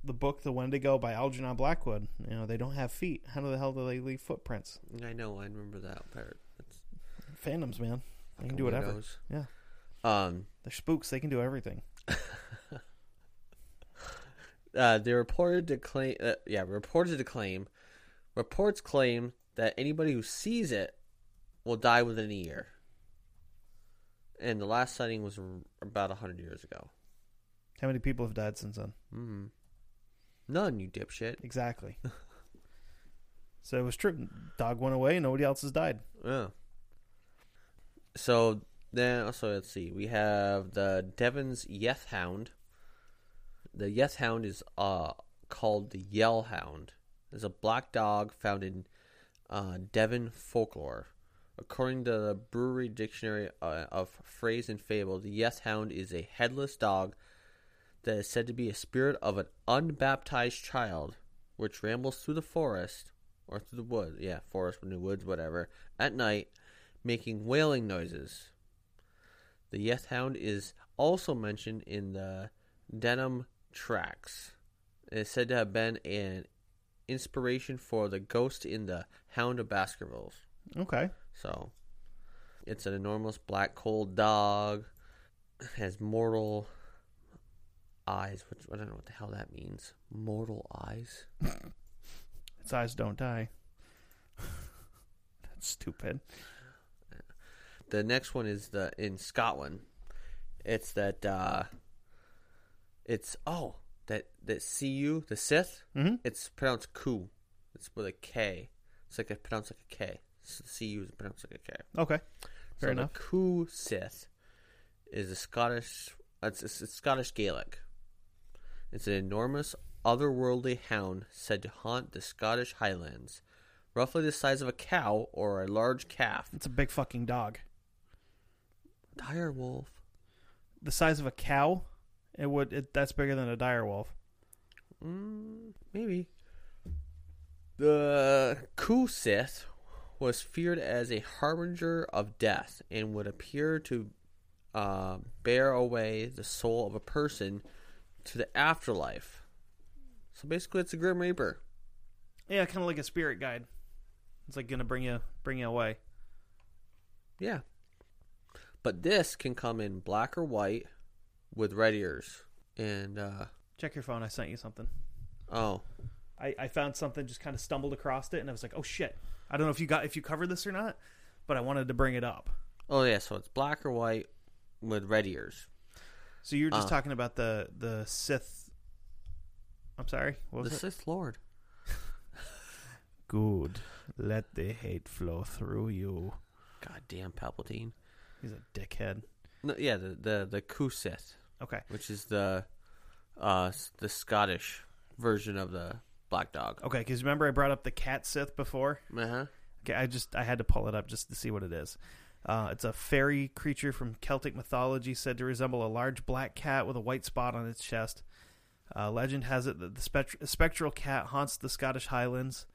the book The Wendigo by Algernon Blackwood. You know, they don't have feet. How the hell do they leave footprints?
I know. I remember that part. That's
Phantoms, man. They can
fucking
do whatever.
weirdos.
Yeah,
Um.
they're spooks. They can do everything.
Uh, they reported to claim. Uh, yeah, reported to claim. Reports claim that anybody who sees it will die within a year. And the last sighting was r- about hundred years ago.
How many people have died since then?
Mm-hmm. None, you dipshit.
Exactly. so it was true. Dog went away. Nobody else has died.
Yeah. So then, also let's see. We have the Devon's Yeth Hound. The Yeth Hound is uh called the Yell Hound. It's a black dog found in uh, Devon folklore. According to the Brewery Dictionary uh, of Phrase and Fable, the Yeth Hound is a headless dog that is said to be a spirit of an unbaptized child, which rambles through the forest or through the woods, yeah, forest, new woods, whatever, at night, making wailing noises. The Yeth Hound is also mentioned in the Denham Tracks. It is said to have been an inspiration for the ghost in the Hound of Baskervilles.
Okay.
So, it's an enormous black cold dog. Has mortal eyes, which I don't know what the hell that means. Mortal eyes.
Its eyes don't die. That's stupid.
The next one is the in Scotland. It's that. uh It's oh that that cu the Sith.
Mm-hmm.
It's pronounced ku. It's with a k. It's like it's pronounced like a k. So the cu is pronounced like a k.
Okay. Fair
so
enough.
The Cú Sith is a Scottish. It's, it's, it's Scottish Gaelic. It's an enormous, otherworldly hound said to haunt the Scottish Highlands, roughly the size of a cow or a large calf.
It's a big fucking dog.
Dire wolf.
The size of a cow. It would. It, that's bigger than a dire wolf.
Mm, maybe. The Ku Sith was feared as a harbinger of death and would appear to uh, bear away the soul of a person to the afterlife. So basically, it's a Grim Reaper.
Yeah, kind of like a spirit guide. It's like gonna bring you bring you away.
Yeah. But this can come in black or white with red ears. And, uh,
Check your phone. I sent you something.
oh,
I, I found something, just kind of stumbled across it, and I was like, oh shit. I don't know if you got if you covered this or not, but I wanted to bring it up.
oh, yeah. So it's black or white with red ears.
So you're just
Uh.
talking about the the Sith. I'm sorry. What
The
was it?
Sith Lord.
Good. Let the hate flow through you.
Goddamn Palpatine.
He's a dickhead.
No, yeah, the, the, the Ku Sith,
Okay.
which is the, uh, s- the Scottish version of the Black Dog.
Okay. Because remember, I brought up the cat Sith before.
Uh huh.
Okay. I just I had to pull it up just to see what it is. Uh, it's a fairy creature from Celtic mythology, said to resemble a large black cat with a white spot on its chest. Uh, legend has it that the spect- spectral cat haunts the Scottish Highlands.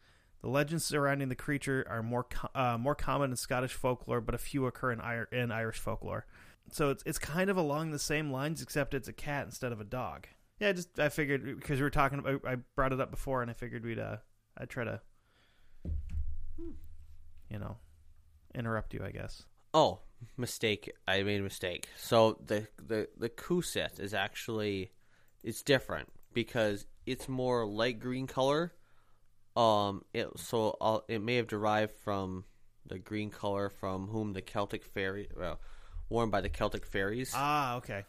The legends surrounding the creature are more co- uh, more common in Scottish folklore, but a few occur in, Ir- in Irish folklore. So it's it's kind of along the same lines, except it's a cat instead of a dog. Yeah, just I figured because we were talking, I, I brought it up before, and I figured we'd uh, I'd try to, you know, interrupt you. I guess.
Oh, mistake. I made a mistake. So the the the Kuseth is actually it's different because it's more light green color. Um, it so uh, it may have derived from the green color from whom the Celtic fairy well, worn by the Celtic fairies.
Ah, okay.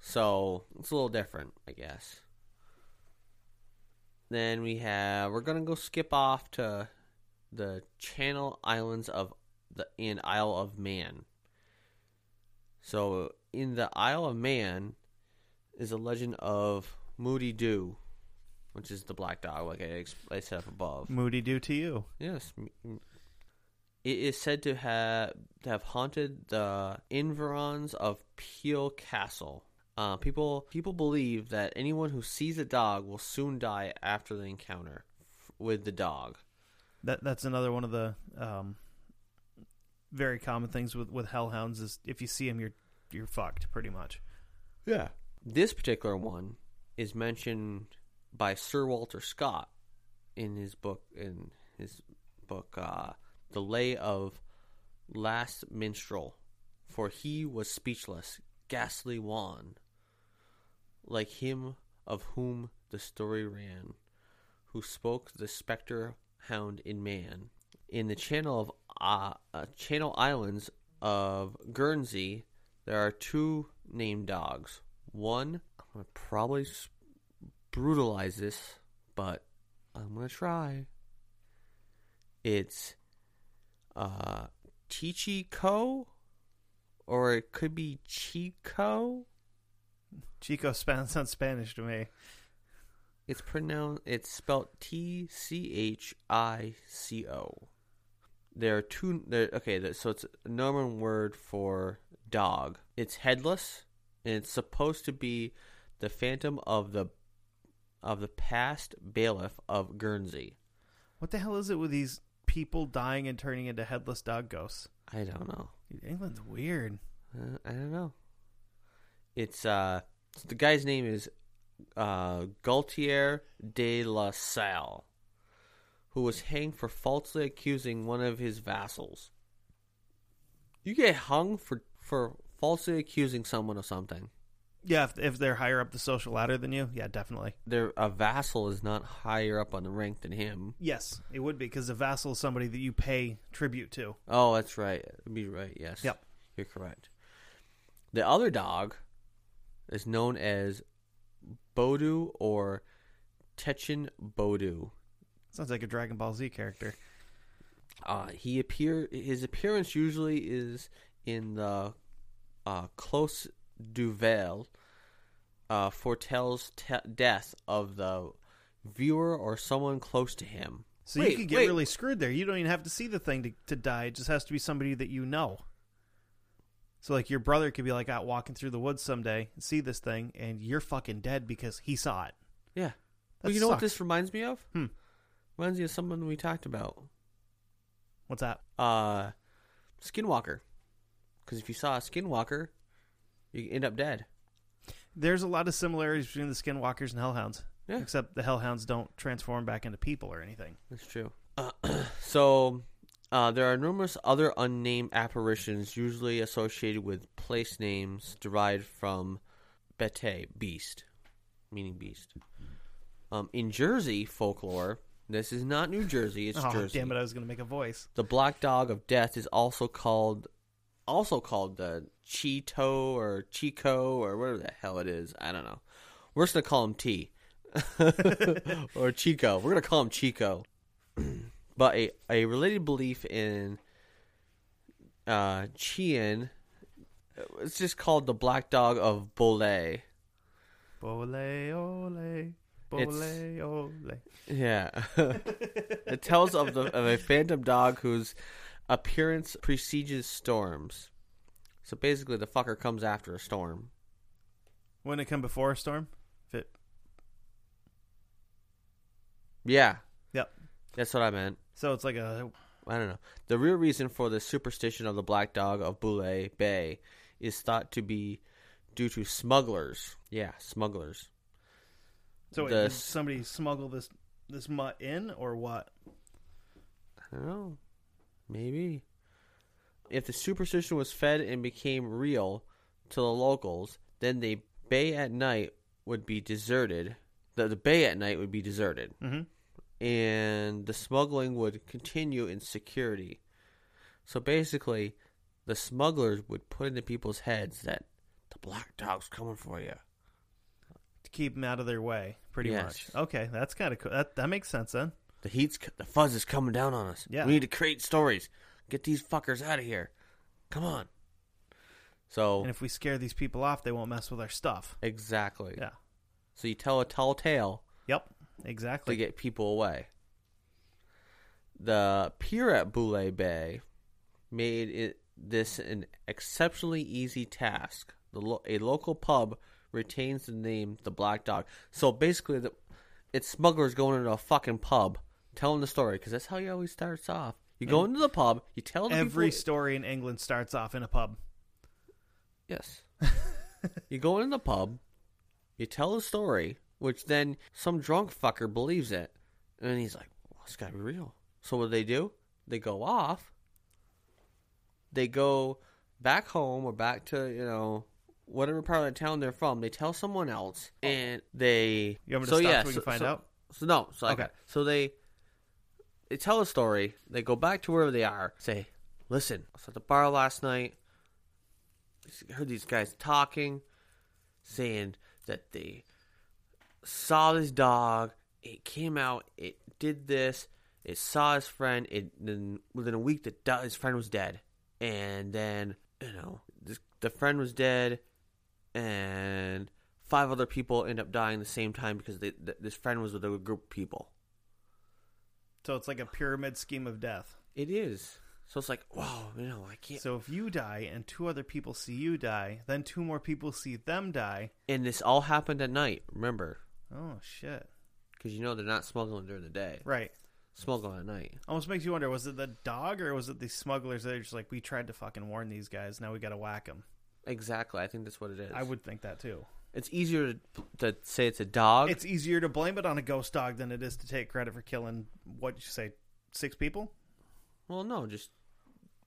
So it's a little different, I guess. Then we have we're gonna go skip off to the Channel Islands of the in Isle of Man. So in the Isle of Man is a legend of Moody Doo, which is the black dog, like I, ex- I said up above.
Moody do to you.
Yes. m- m- It is said to have to have haunted the Inverons of Peel Castle. Uh, people people believe that anyone who sees a dog will soon die after the encounter f- with the dog.
That that's another one of the um, very common things with with hellhounds is if you see them, you're you're fucked pretty much.
Yeah. This particular one is mentioned by Sir Walter Scott in his book in his book uh, The Lay of Last Minstrel, for he was speechless, ghastly wan, like him of whom the story ran, who spoke the spectre hound in man. In the channel of uh, uh, Channel Islands of Guernsey, there are two named dogs. One, I'm gonna probably s- brutalize this, but I'm gonna try. It's uh Chichico, or it could be Chico.
Chico sounds sounds Spanish to me.
It's pronounced. It's spelled T C H I C O. There are two. There, okay, th- so it's a Norman word for dog. It's headless, and it's supposed to be the phantom of the of the past bailiff of Guernsey.
What the hell is it with these people dying and turning into headless dog ghosts?
I don't know.
Dude, England's weird.
Uh, I don't know. It's uh, the guy's name is uh, Gaultier de La Salle, who was hanged for falsely accusing one of his vassals. You get hung for for falsely accusing someone of something.
Yeah, if, if they're higher up the social ladder than you, yeah, definitely.
There, a vassal is not higher up on the rank than him.
Yes, it would be because a vassal is somebody that you pay tribute to.
Oh, that's right. That'd be right. Yes.
Yep.
You're correct. The other dog is known as Bodu or Techin Bodu.
Sounds like a Dragon Ball Z character.
Uh, he appear his appearance usually is in the uh, close duvel uh, foretells te- death of the viewer or someone close to him.
So you
Wait,
could get
wait.
really screwed there. You don't even have to see the thing to, to die. It just has to be somebody that you know. So like your brother could be like out walking through the woods someday and see this thing and you're fucking dead because he saw it.
Yeah.
That
Well, you know what
sucks.
this reminds me of?
Hmm.
Reminds me of someone we talked about.
What's that?
uh, Skinwalker. Because if you saw a Skinwalker, you end up dead.
There's a lot of similarities between the skinwalkers and hellhounds.
Yeah.
Except the hellhounds don't transform back into people or anything.
That's true. Uh, so, uh, there are numerous other unnamed apparitions, usually associated with place names derived from Bete, beast, meaning beast. Um, in Jersey folklore, this is not New Jersey; it's
oh,
Jersey.
damn it! I was going to make a voice.
The black dog of death is also called, also called the Cheeto or Chico or whatever the hell it is. I don't know. We're just gonna call him T, or Chico. We're gonna call him Chico. but a a related belief in uh Chien, it's just called the black dog of Bole.
Bole ole, bole ole.
Yeah. it tells of the of a phantom dog whose appearance presages storms. So basically the fucker comes after a storm.
Wouldn't it come before a storm? If it,
Yeah.
yep.
That's what I meant.
So it's like a
I don't know. The real reason for the superstition of the black dog of Boulay Bay is thought to be due to smugglers. Yeah, smugglers.
so wait,
The
did
s-
somebody smuggle this this mutt in or what?
I don't know. Maybe. If the superstition was fed and became real to the locals, then the bay at night would be deserted. The, the bay at night would be deserted.
Mhm.
And the smuggling would continue in security. So basically, the smugglers would put into people's heads that the black dog's coming for you.
To keep them out of their way, pretty
Yes.
much. Okay, that's kind of cool. That that makes sense then.
The heat's c- the fuzz is coming down on us.
Yeah.
We need to create stories. Get these fuckers out of here. Come on. So
And if we scare these people off, they won't mess with our stuff.
exactly.
Yeah.
So you tell a tall tale
Yep.
to
Exactly.
get people away. The pier at Boulay Bay made it this an exceptionally easy task. The lo- a local pub retains the name the Black Dog. So basically, the, it's smugglers going into a fucking pub telling the story because that's how you always starts off. You go into the pub, you tell the
Every
people,
story in England starts off in a pub.
Yes. you go in the pub, you tell a story, which then some drunk fucker believes it, and then he's like, well, "It's gotta be real." So what do they do? They go off. They go back home or back to you know whatever part of the town they're from. They tell someone else, and they.
You want me to
so
stop
yeah,
so we can find out?
So no, so okay.
Okay.
So they they tell a story. They go back to wherever they are. Say, listen, I was at the bar last night. I heard these guys talking, saying that they saw this dog. It came out. It did this. It saw his friend. It then within a week, the do- his friend was dead. And then you know this, the friend was dead, and five other people end up dying the same time because they, th- this friend was with a group of people.
So it's like a pyramid scheme of death.
It is. So it's like, wow, you know, I can't.
So if you die and two other people see you die, then two more people see them die.
and this all happened at night. Remember,
Oh shit!
because you know they're not smuggling during the day.
Right.
Smuggling at night.
Almost makes you wonder: was it the dog or was it the smugglers? They're just like, we tried to fucking warn these guys. Now we got to whack them.
Exactly. I think that's what it is.
I would think that too.
It's easier to, to say it's a dog.
It's easier to blame it on a ghost dog than it is to take credit for killing what you say six people.
well, no, just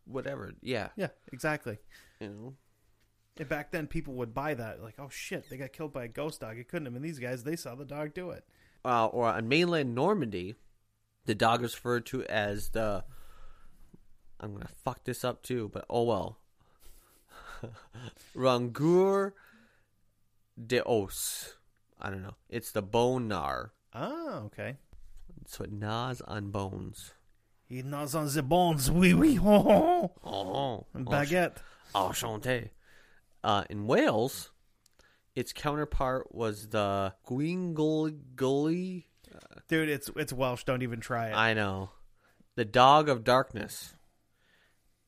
whatever. Yeah.
Yeah, exactly.
You know.
And back then, people would buy that. Like, oh shit, they got killed by a ghost dog. It couldn't have been these guys. They saw the dog do it.
Uh, or on mainland Normandy, the dog is referred to as the. I'm gonna fuck this up too, but oh well. Rangur de os. I don't know. It's the bone gnar.
Oh, okay.
So it gnaws on bones.
He gnaws on the bones. Wee wee ho ho.
Oh,
Baguette.
enchanté. Uh, in Wales, its counterpart was the Gwingolgully.
Dude, it's it's Welsh. Don't even try it.
I know. The Dog of Darkness.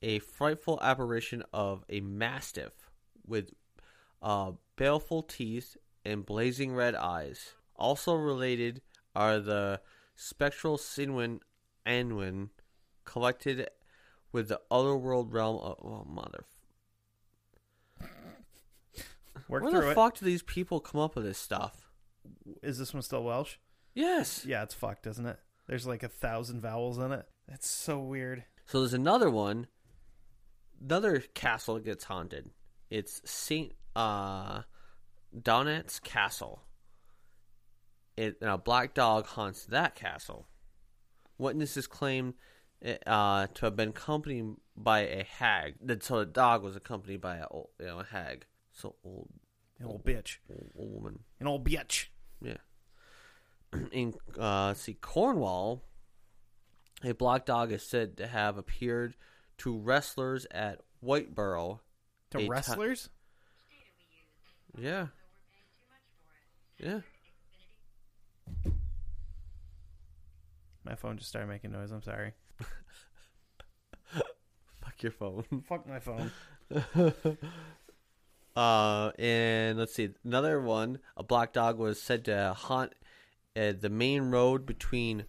A frightful apparition of a mastiff with uh, baleful teeth and blazing red eyes. Also related are the spectral Sinwin Anwin collected with the otherworld realm of. Oh, mother.
Work
Where
through
the
it.
fuck do these people come up with this stuff?
Is this one still Welsh?
Yes.
Yeah, it's fucked, isn't it? There's like a thousand vowels in it. That's so weird.
So there's another one. Another castle gets haunted. It's Saint uh, Donet's Castle. It, and a black dog haunts that castle. Witnesses claim it, uh, to have been accompanied by a hag. That- So the dog was accompanied by a old, you know, a hag. So old,
An old bitch.
old, old woman.
An old bitch.
Yeah. In uh, let's see Cornwall, a black dog is said to have appeared to wrestlers at Whiteborough.
To
A ti-
wrestlers?
Yeah. Yeah.
My phone just started making noise. I'm sorry.
Fuck your phone.
Fuck my phone.
Uh, and let's see another one. A black dog was said to haunt uh, the main road between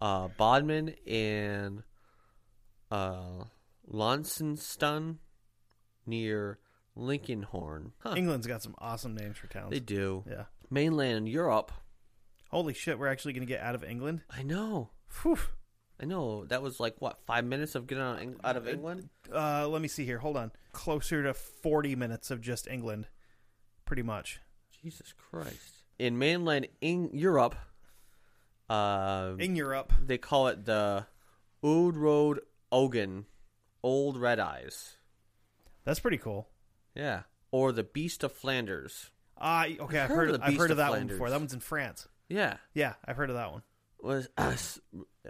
uh, Bodmin and uh, Launceston near Lincolnhorn. Huh.
England's got some awesome names for towns.
They do.
yeah.
Mainland Europe.
Holy shit, we're actually going to get out of England?
I know.
Whew.
I know. That was like what five minutes of getting out, of Eng- out of England.
Uh, let me see here. Hold on. Closer to 40 minutes of just England, pretty much.
Jesus Christ! In mainland Eng- Europe, uh,
In Europe.
they call it the Old Road Ogan, Old Red Eyes.
That's pretty cool.
Yeah, or the Beast of Flanders.
Uh, okay, I've
heard
heard,
of the
I've
Beast
heard
of
of that one
Flanders.
before. That one's in France.
Yeah,
Yeah, I've heard of that one.
was uh,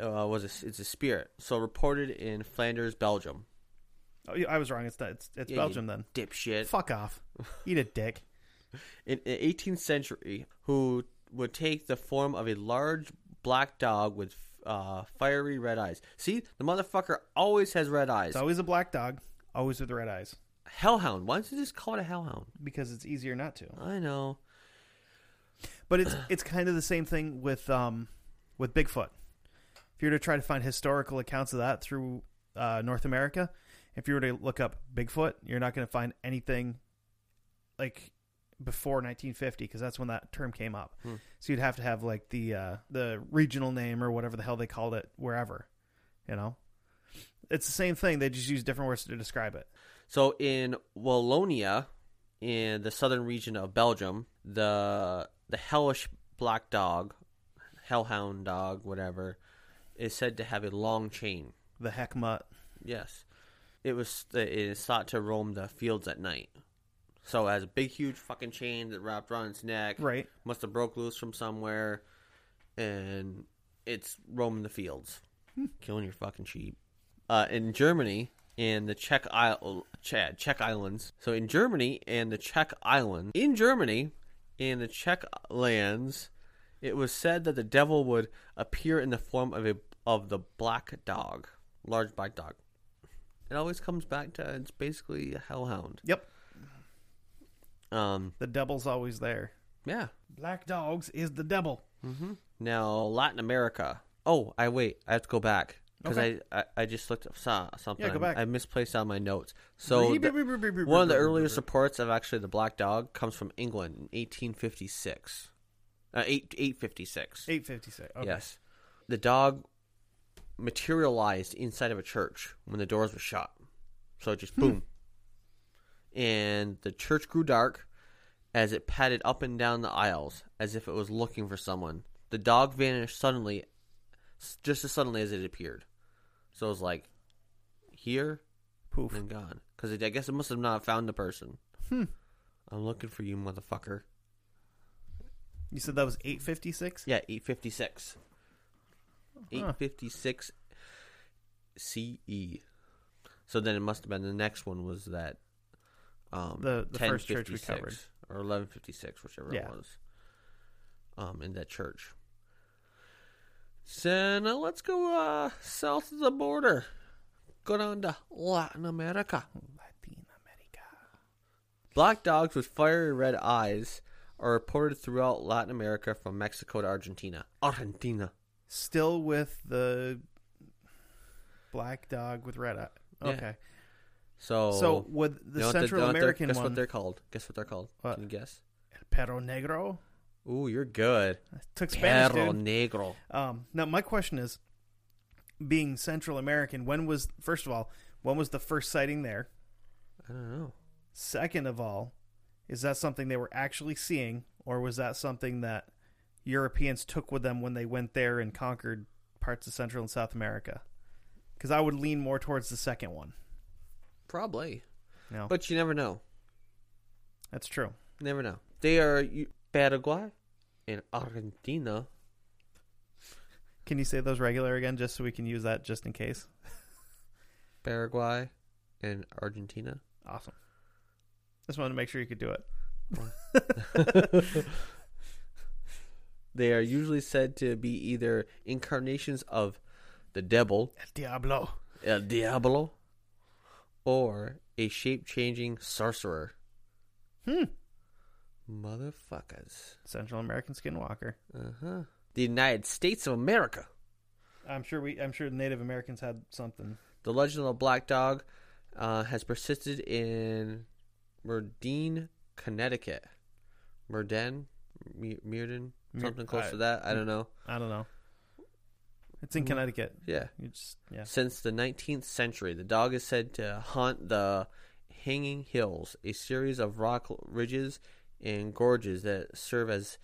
was a, it's a spirit. So reported in Flanders, Belgium.
Oh, yeah, I was wrong. It's not, it's, it's
Yeah, you
Belgium then.
Dipshit.
Fuck off. Eat a dick.
in the 18th century who would take the form of a large black dog with uh, fiery red eyes. See, the motherfucker always has red eyes.
It's always a black dog, always with red eyes,
hellhound. Why don't you just call it a hellhound?
because it's easier not to.
I know.
But it's it's kind of the same thing with um with Bigfoot. If you were to try to find historical accounts of that through uh, North America, if you were to look up Bigfoot, you're not going to find anything like before 1950 because that's when that term came up. So you'd have to have like the uh, the regional name or whatever the hell they called it wherever, you know. It's the same thing. They just use different words to describe it.
So in Wallonia, in the southern region of Belgium, the the hellish black dog, hellhound dog, whatever, is said to have a long chain.
The heckmutt.
Yes, it was. It is thought to roam the fields at night. So it has a big, huge fucking chain that wrapped around its neck.
Right.
Must have broke loose from somewhere, and it's roaming the fields, killing your fucking sheep. Uh, in Germany and the Czech Isle, Chad, Czech Islands. So in Germany and the Czech Islands, in Germany and the Czech lands, it was said that the devil would appear in the form of a of the black dog, large black dog. It always comes back to it's basically a hellhound.
Yep.
Um,
The devil's always there.
yeah.
Black dogs is the devil.
Now Latin America. Oh, I wait. I have to go back because
Okay.
I, I I just looked up saw something.
Yeah, go back.
I misplaced on my notes. So
Beep,
the-
beep, beep, beep, beep,
one of the
beep, beep,
earliest
beep.
reports of actually the black dog comes from England in 1856. Uh, eight eight fifty six.
Eight fifty six. Okay.
Yes, the dog materialized inside of a church when the doors were shut. So it just
Hmm.
boom, and the church grew dark as it padded up and down the aisles as if it was looking for someone. The dog vanished suddenly, s- just as suddenly as it appeared. So it was like here
Poof.
and gone. Because I guess it must have not found the person.
Hmm.
I'm looking for you, motherfucker.
You said that was eight fifty six.
Yeah, 856.
Huh.
856 CE. E. So then it must have been the next one was that um
The- the first church we
1056
covered.
or 1156 whichever
Yeah.
it was. Um in that church. So now let's go uh south of the border. Go down to Latin America.
Latin America.
Black dogs with fiery red eyes are reported throughout Latin America from Mexico to Argentina. Argentina.
Still with the black dog with red eye.
Yeah.
Okay.
So,
So would the
you know what
Central
you know what
American
guess
one
what they're called? Guess what they're called?
What?
Can you guess?
El Perro Negro?
Ooh, you're good.
I took Spanish,
Perro
dude.
negro.
Um, now my question is, being Central American, when was first of all, when was the first sighting there?
I don't know.
Second of all, is that something they were actually seeing, or was that something that Europeans took with them when they went there and conquered parts of Central and South America? Because I would lean more towards the second one.
Probably.
No,
But you never know.
that's true.
Never know. They are you- Paraguay and Argentina.
Can you say those regular again, just so we can use that just in case?
Paraguay and Argentina.
Awesome. Just wanted to make sure you could do it.
They are usually said to be either incarnations of the devil,
El Diablo.
El Diablo, or a shape changing sorcerer.
Hmm.
Motherfuckers.
Central American skinwalker.
Uh huh. The United States of America.
I'm sure we. I'm sure Native Americans had something.
The legend of the Black Dog uh, has persisted in Merdine, Connecticut. Murden? Me- Meerden?
Mer-
Something close
I-
to that? I don't know.
I don't know. It's in Connecticut.
Yeah.
You just yeah.
Since the 19th century, the dog is said to haunt the Hanging Hills, a series of rock ridges and gorges that serve as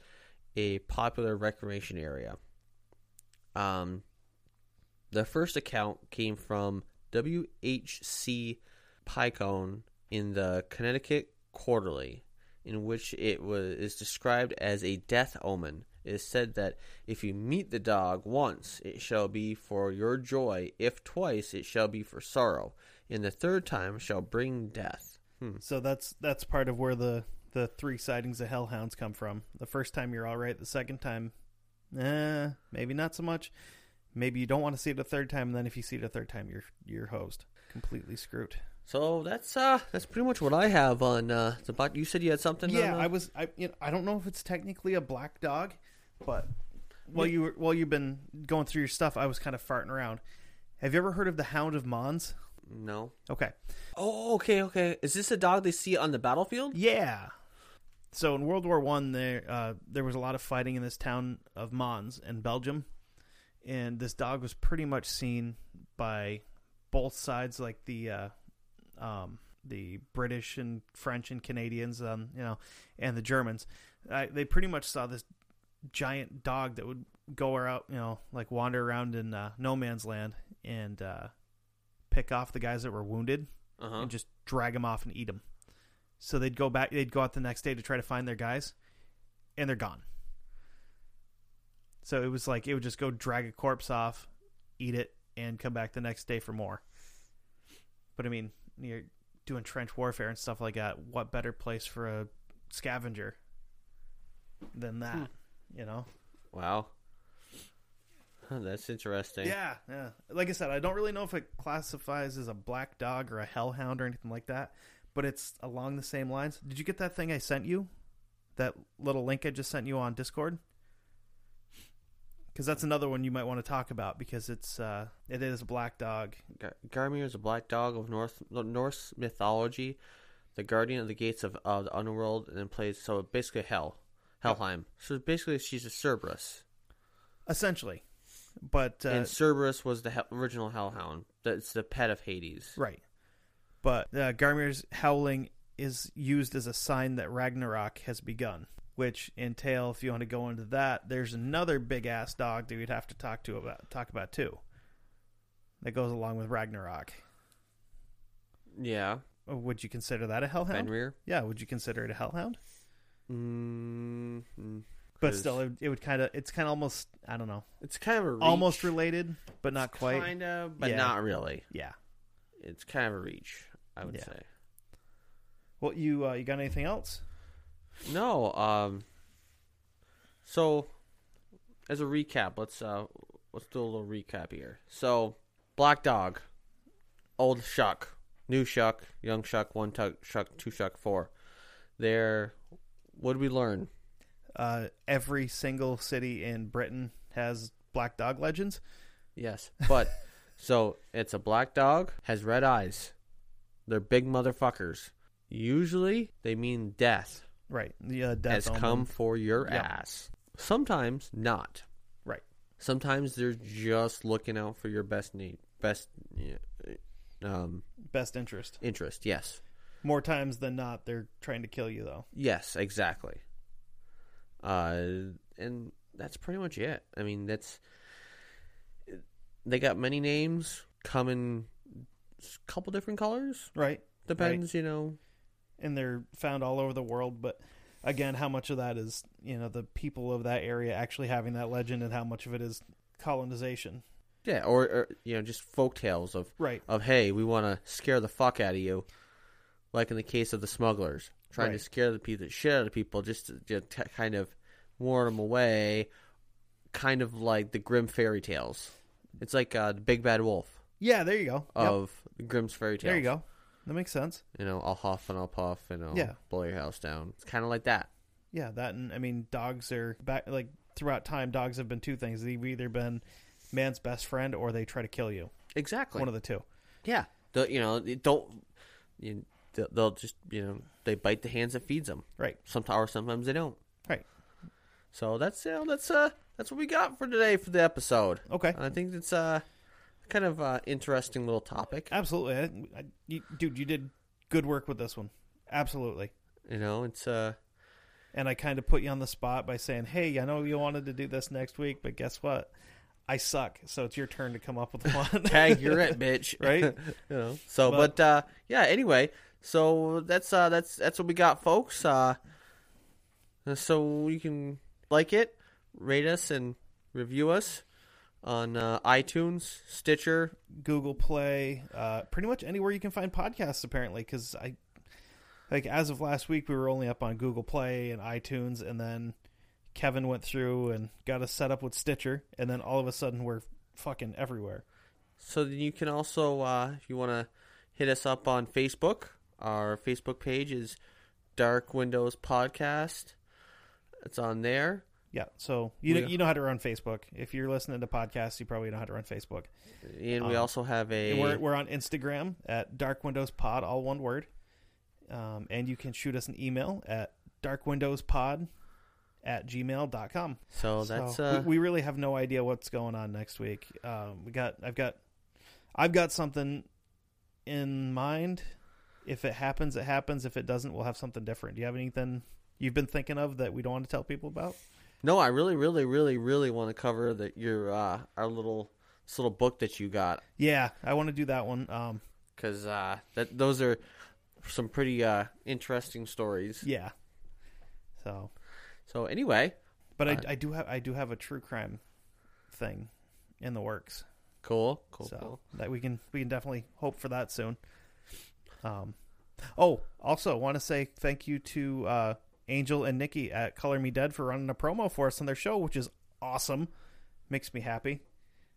a popular recreation area. Um, the first account came from W.H.C. Picone in the Connecticut Quarterly, in which it was is described as a death omen. It is said that if you meet the dog once, it shall be for your joy; if twice, it shall be for sorrow; and the third time shall bring death. Hmm.
So that's that's part of where the the three sightings of hellhounds come from. The first time you're all right. The second time, eh, maybe not so much. Maybe you don't want to see it a third time. And then if you see it a third time, you're you're hosed, completely screwed.
So that's uh that's pretty much what I have on uh the bot. You said you had something.
yeah,
on, uh,
I was. I you know, I don't know if it's technically a black dog, but while you were, while you've been going through your stuff, I was kind of farting around. Have you ever heard of the Hound of Mons?
no.
Okay,
Oh, okay, okay. Is this a dog they see on the battlefield?
yeah. So in World War One, there uh, there was a lot of fighting in this town of Mons in Belgium, and this dog was pretty much seen by both sides, like the uh, um, the British and French and Canadians, um, you know, and the Germans. I, they pretty much saw this giant dog that would go out, you know, like wander around in uh, no man's land and uh, pick off the guys that were wounded
Uh huh.
and just drag them off and eat them. So they'd go back. They'd go out the next day to try to find their guys, and they're gone. So it was like it would just go drag a corpse off, eat it, and come back the next day for more. But I mean, you're doing trench warfare and stuff like that. What better place for a scavenger than that? You know.
Wow. Huh, that's interesting.
Yeah, yeah. Like I said, I don't really know if it classifies as a black dog or a hellhound or anything like that, but it's along the same lines. Did you get that thing I sent you? That little link I just sent you on Discord? Because that's another one you might want to talk about because it's uh, it is a black dog.
Gar- Garmir is a black dog of North Norse mythology, the guardian of the gates of, of the underworld, and plays so basically hell, Helheim. So basically, she's a Cerberus,
essentially. But uh,
and Cerberus was the he- original hellhound. That's the pet of Hades.
Right. But uh, Garmir's howling is used as a sign that Ragnarok has begun, which entail, if you want to go into that, there's another big ass dog that we'd have to talk to about talk about too. That goes along with Ragnarok.
Yeah,
Uh, Would you consider that a hellhound?
Fenrir.
Yeah, would you consider it a hellhound?
Mm, mm.
But
'Cause-
still, it, it would kind of it's kind of almost I don't know,
it's kind of a reach.
almost related, but not quite.
kind of, but
Yeah.
not really.
Yeah.
It's kind of a reach, I would
Yeah.
say.
Well, you uh, you got anything else?
No. Um. So, as a recap, let's uh let's do a little recap here. So, Black Dog, Old Shuck, New Shuck, Young Shuck, One tuck, Shuck, Two Shuck, Four. There, what did we learn?
Uh, every single city in Britain has black dog legends.
Yes, but so it's a black dog has red eyes. They're big motherfuckers. Usually, they mean death.
Right. The uh, death
has
omen.
come for your
Yeah.
ass. Sometimes not.
Right.
Sometimes they're just looking out for your best need, best yeah, um,
Best interest.
interest. Yes,
More times than not, they're trying to kill you though.
yes, exactly. Uh, and that's pretty much it. I mean, that's they got many names, come in a couple different colors.
Right.
Depends, you know.
and they're found all over the world. But again, how much of that is you know the people of that area actually having that legend, and how much of it is colonization?
Yeah, or, or you know, just folk tales of
Right.
of hey, we want to scare the fuck out of you, like in the case of the smugglers, trying to
Right.
scare the people, shit out of people, just to, to t- kind of warn them away, kind of like the grim fairy tales. It's like uh, the Big Bad Wolf
Yeah. There you go. Yep.
of Grimm's fairy tales.
There you go. That makes sense.
You know, I'll huff and I'll puff and I'll
Yeah.
blow your house down. It's kind of like that.
Yeah. That and I mean, dogs are back like throughout time. Dogs have been two things. They've either been man's best friend or they try to kill you.
Exactly.
One of the two.
yeah. The, you know, it don't. You, they'll- they'll just you know they bite the hands that feeds them.
Right.
Sometimes or sometimes they don't.
Right.
So that's you know, that's uh that's what we got for today for the episode.
Okay.
I think it's uh kind of uh interesting little topic.
Absolutely. I, I, you, dude, you did good work with this one. Absolutely.
You know, it's uh
and I kind of put you on the spot by saying, "Hey, I know you wanted to do this next week, but guess what? I suck. So it's your turn to come up with one."
tag you're it, bitch.
Right?
you know. So
But-
but, uh yeah, anyway, so that's uh that's that's what we got folks. Uh so you can like it, rate us and review us on uh, iTunes, Stitcher,
Google Play, uh, pretty much anywhere you can find podcasts, apparently, because I like as of last week we were only up on Google Play and iTunes, and then Kevin went through and got us set up with Stitcher, and then all of a sudden we're fucking everywhere.
So then you can also, uh, if you want to hit us up on Facebook, our Facebook page is Dark Windows Podcast. It's on there.
Yeah, so you know,
Oh, Yeah.
you know how to run Facebook. If you're listening to podcasts, you probably know how to run Facebook.
And we
Um,
also have a.
And We're, we're on Instagram at Dark Windows Pod, all one word. Um, and you can shoot us an email at darkwindowspod at gmail.com.
so that's.
so
uh,
we, we really have no idea what's going on next week. Um, we got I've got I've got something in mind. If it happens, it happens. If it doesn't, we'll have something different. Do you have anything you've been thinking of that we don't want to tell people about?
no, I really, really, really, really want to cover that your uh, our little this little book that you got
Yeah, I want to do that one. Um,
because uh, that those are some pretty uh, interesting stories.
yeah. So
So anyway,
But I,
Uh,
I do have I do have a true crime thing in the works,
cool, cool,
so
cool.
uh, that we can we can definitely hope for that soon. Um, oh, also want to say thank you to uh, Angel and Nikki at Color Me Dead for running a promo for us on their show, which is awesome. Makes me happy.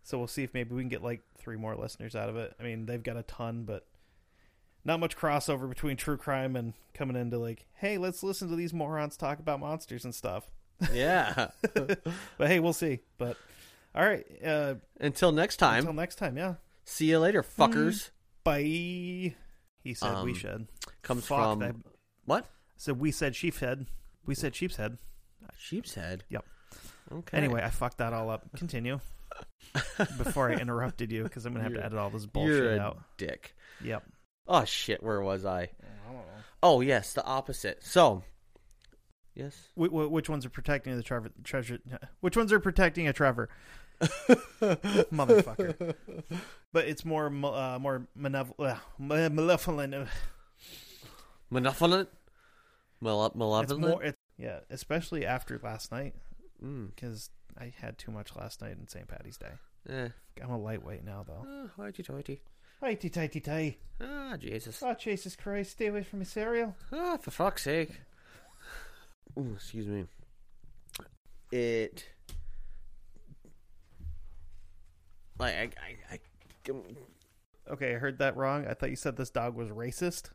So we'll see if maybe we can get like three more listeners out of it. I mean, they've got a ton, but not much crossover between true crime and coming into like, hey, let's listen to these morons talk about monsters and stuff.
Yeah.
But hey, we'll see. But all right. Uh,
Until next time.
until Mm. next time, yeah.
see you later, fuckers.
Bye. He said we
Um,
should.
Comes
Fuck,
from
I
what?
said we said sheep's head. We said sheep's head.
Sheep's head.
Yep.
Okay.
Anyway, I fucked that all up. Continue. Before I interrupted you, because I'm gonna have to
You're-
edit all this
you're
bullshit
a
out.
dick.
Yep.
Oh shit, where was I?
Mm,
Oh yes, the opposite. So, yes.
Wh- wh- which ones are protecting the Trevor treasure? Which ones are protecting a Trevor? Motherfucker. But it's more mo- uh, more malevolent. Uh, malevolent.
Malevolent. Male-
It's
malevolent.
more. It's, yeah, especially after last night.
Mm,
because I had too much last night in St. Patty's Day.
eh.
I'm a lightweight now, though.
Ah, hoity toity.
Righty tighty tighty.
Ah, Jesus.
Oh, Jesus Christ, stay away from me cereal.
Ah, for fuck's sake. Ooh, excuse me. It. Like I, I, I don't-
Okay, I heard that wrong. I thought you said this dog was racist.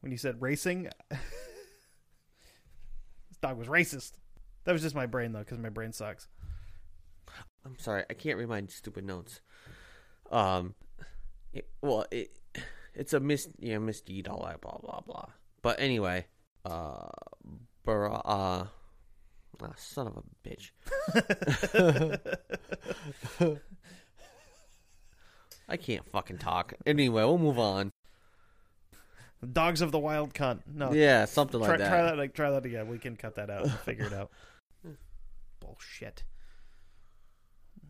When you said racing, this dog was racist. That was just my brain, though, because my brain sucks.
I'm sorry, I can't read my stupid notes. Um, it, well, it it's a mis you know, misdeed, all that blah blah blah. But anyway, uh, Bara, uh, ah, son of a bitch. I can't fucking talk. Anyway, we'll move on.
Dogs of the Wild Cunt. No,
Yeah, something
try,
like that.
try that. Like, try that again. We can cut that out and figure it out. Bullshit.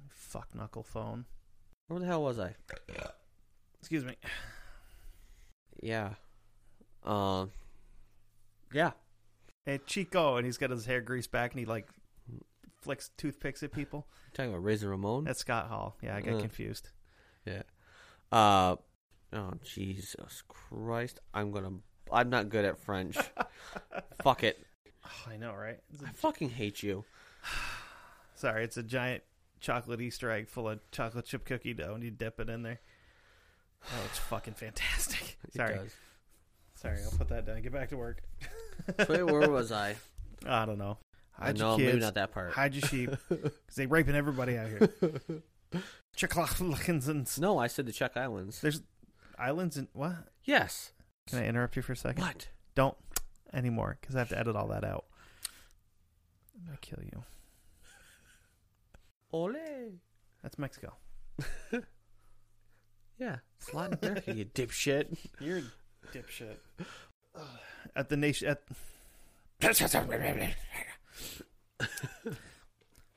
Fuck knuckle phone.
Where the hell was I?
Excuse me.
Yeah. Um. Yeah.
Hey Chico, and he's got his hair greased back, and he like flicks toothpicks at people.
talking about Razor Ramon.
That's Scott Hall. Yeah, I got
Uh.
confused.
Uh. Oh Jesus Christ! I'm gonna. I'm not good at French. Fuck it.
Oh, I know, right? It's a-
I fucking hate you.
sorry, it's a giant chocolate Easter egg full of chocolate chip cookie dough, and you dip it in there. Oh, it's fucking fantastic.
It
Sorry,
does.
sorry. I'll put that down. Get back to work.
Wait, where was I?
I don't know.
I
Hide
know,
your
maybe
kids.
not that part.
Hide your sheep. Because they raping everybody out here. Chickalachlins and...
No, I said the Czech Islands.
There's islands and... What?
Yes.
Can I interrupt you for a second?
What?
Don't anymore, because I have to edit all that out. I'm going to kill you.
Ole.
That's Mexico.
Yeah, it's Latin America, you dipshit.
You're a dipshit. At the nation... At...